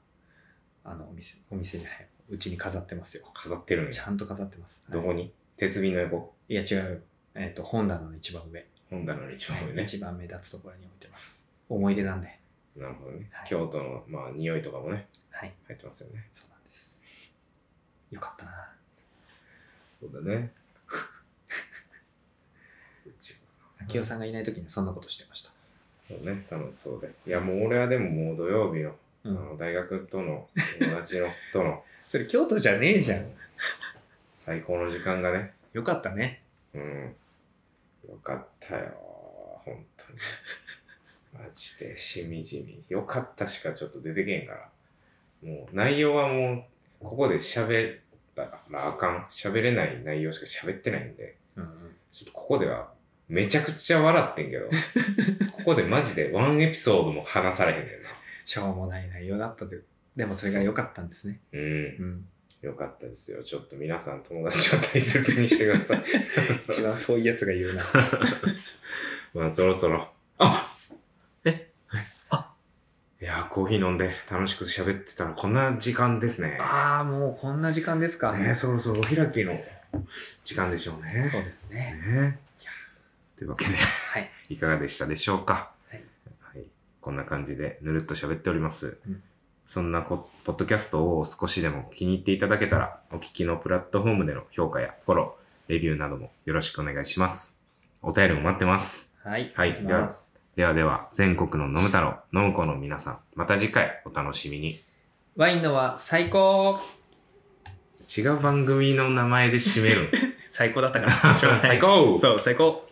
Speaker 2: あの、お店、お店じゃない、うちに飾ってますよ。
Speaker 1: 飾ってるん
Speaker 2: ち
Speaker 1: や。
Speaker 2: ゃんと飾ってます。
Speaker 1: どこ
Speaker 2: はい
Speaker 1: に鉄瓶の横。
Speaker 2: いや、違うよ。えっ、と、本棚の一番上。
Speaker 1: 本棚の一番上
Speaker 2: はい
Speaker 1: ね。
Speaker 2: 一番目立つところに置いてます。思い出なんで。
Speaker 1: なるほどね
Speaker 2: はい。
Speaker 1: 京都の、まあ、匂いとかもね、
Speaker 2: はい。
Speaker 1: 入ってますよね。
Speaker 2: そうなんです。よかったな。
Speaker 1: そうだね。 うちわ。
Speaker 2: 秋代さんがいない時にそんなことしてました。
Speaker 1: そうね、楽しそうで。いや、もう俺はでももう土曜日の、あ
Speaker 2: うん。
Speaker 1: の大学との友達のとの
Speaker 2: それ京都じゃねえじゃん。
Speaker 1: 最高の時間がね、
Speaker 2: よかったね。
Speaker 1: うん、よかったよ、本当に。マジでしみじみ。よかったしかちょっと出てけへんから。もう内容はもう、ここで喋ったらあかん。喋れない内容しか喋ってないんで、
Speaker 2: うんうん。
Speaker 1: ちょっとここではめちゃくちゃ笑ってん けど、ここでマジでワンエピソードも話されへんねんな。
Speaker 2: しょうもない内容だったという。でもそれが良かったんですね。
Speaker 1: うん。
Speaker 2: うん。
Speaker 1: よかったですよ。ちょっと皆さん友達を大切にしてくだ さい。
Speaker 2: 一番遠いやつが言うな。
Speaker 1: まあそろそろ。あ
Speaker 2: えあ
Speaker 1: いやー、コーヒー飲んで楽しく喋ってたらこんな時間ですね。
Speaker 2: ああ、もうこんな時間ですか。
Speaker 1: ね、そろそろお開きの時間でしょうね。
Speaker 2: そうですね。
Speaker 1: ね。というわけで、
Speaker 2: はい。
Speaker 1: いかがでしたでしょうか。
Speaker 2: はい
Speaker 1: はいこんな感じでぬるっと喋っております。
Speaker 2: うん
Speaker 1: そんなこポッドキャストを少しでも気に入っていただけたら、お聞きのプラットフォームでの評価やフォロー、レビューなどもよろしくお願いします。お便りも待ってます。
Speaker 2: はい。
Speaker 1: はい
Speaker 2: 行きます。
Speaker 1: ではでは、全国の飲む太郎、飲む子の皆さん、また次回お楽しみに。
Speaker 2: ワインのは最高
Speaker 1: 違う番組の名前で締める。
Speaker 2: 最高だったから
Speaker 1: 最高
Speaker 2: そう、最高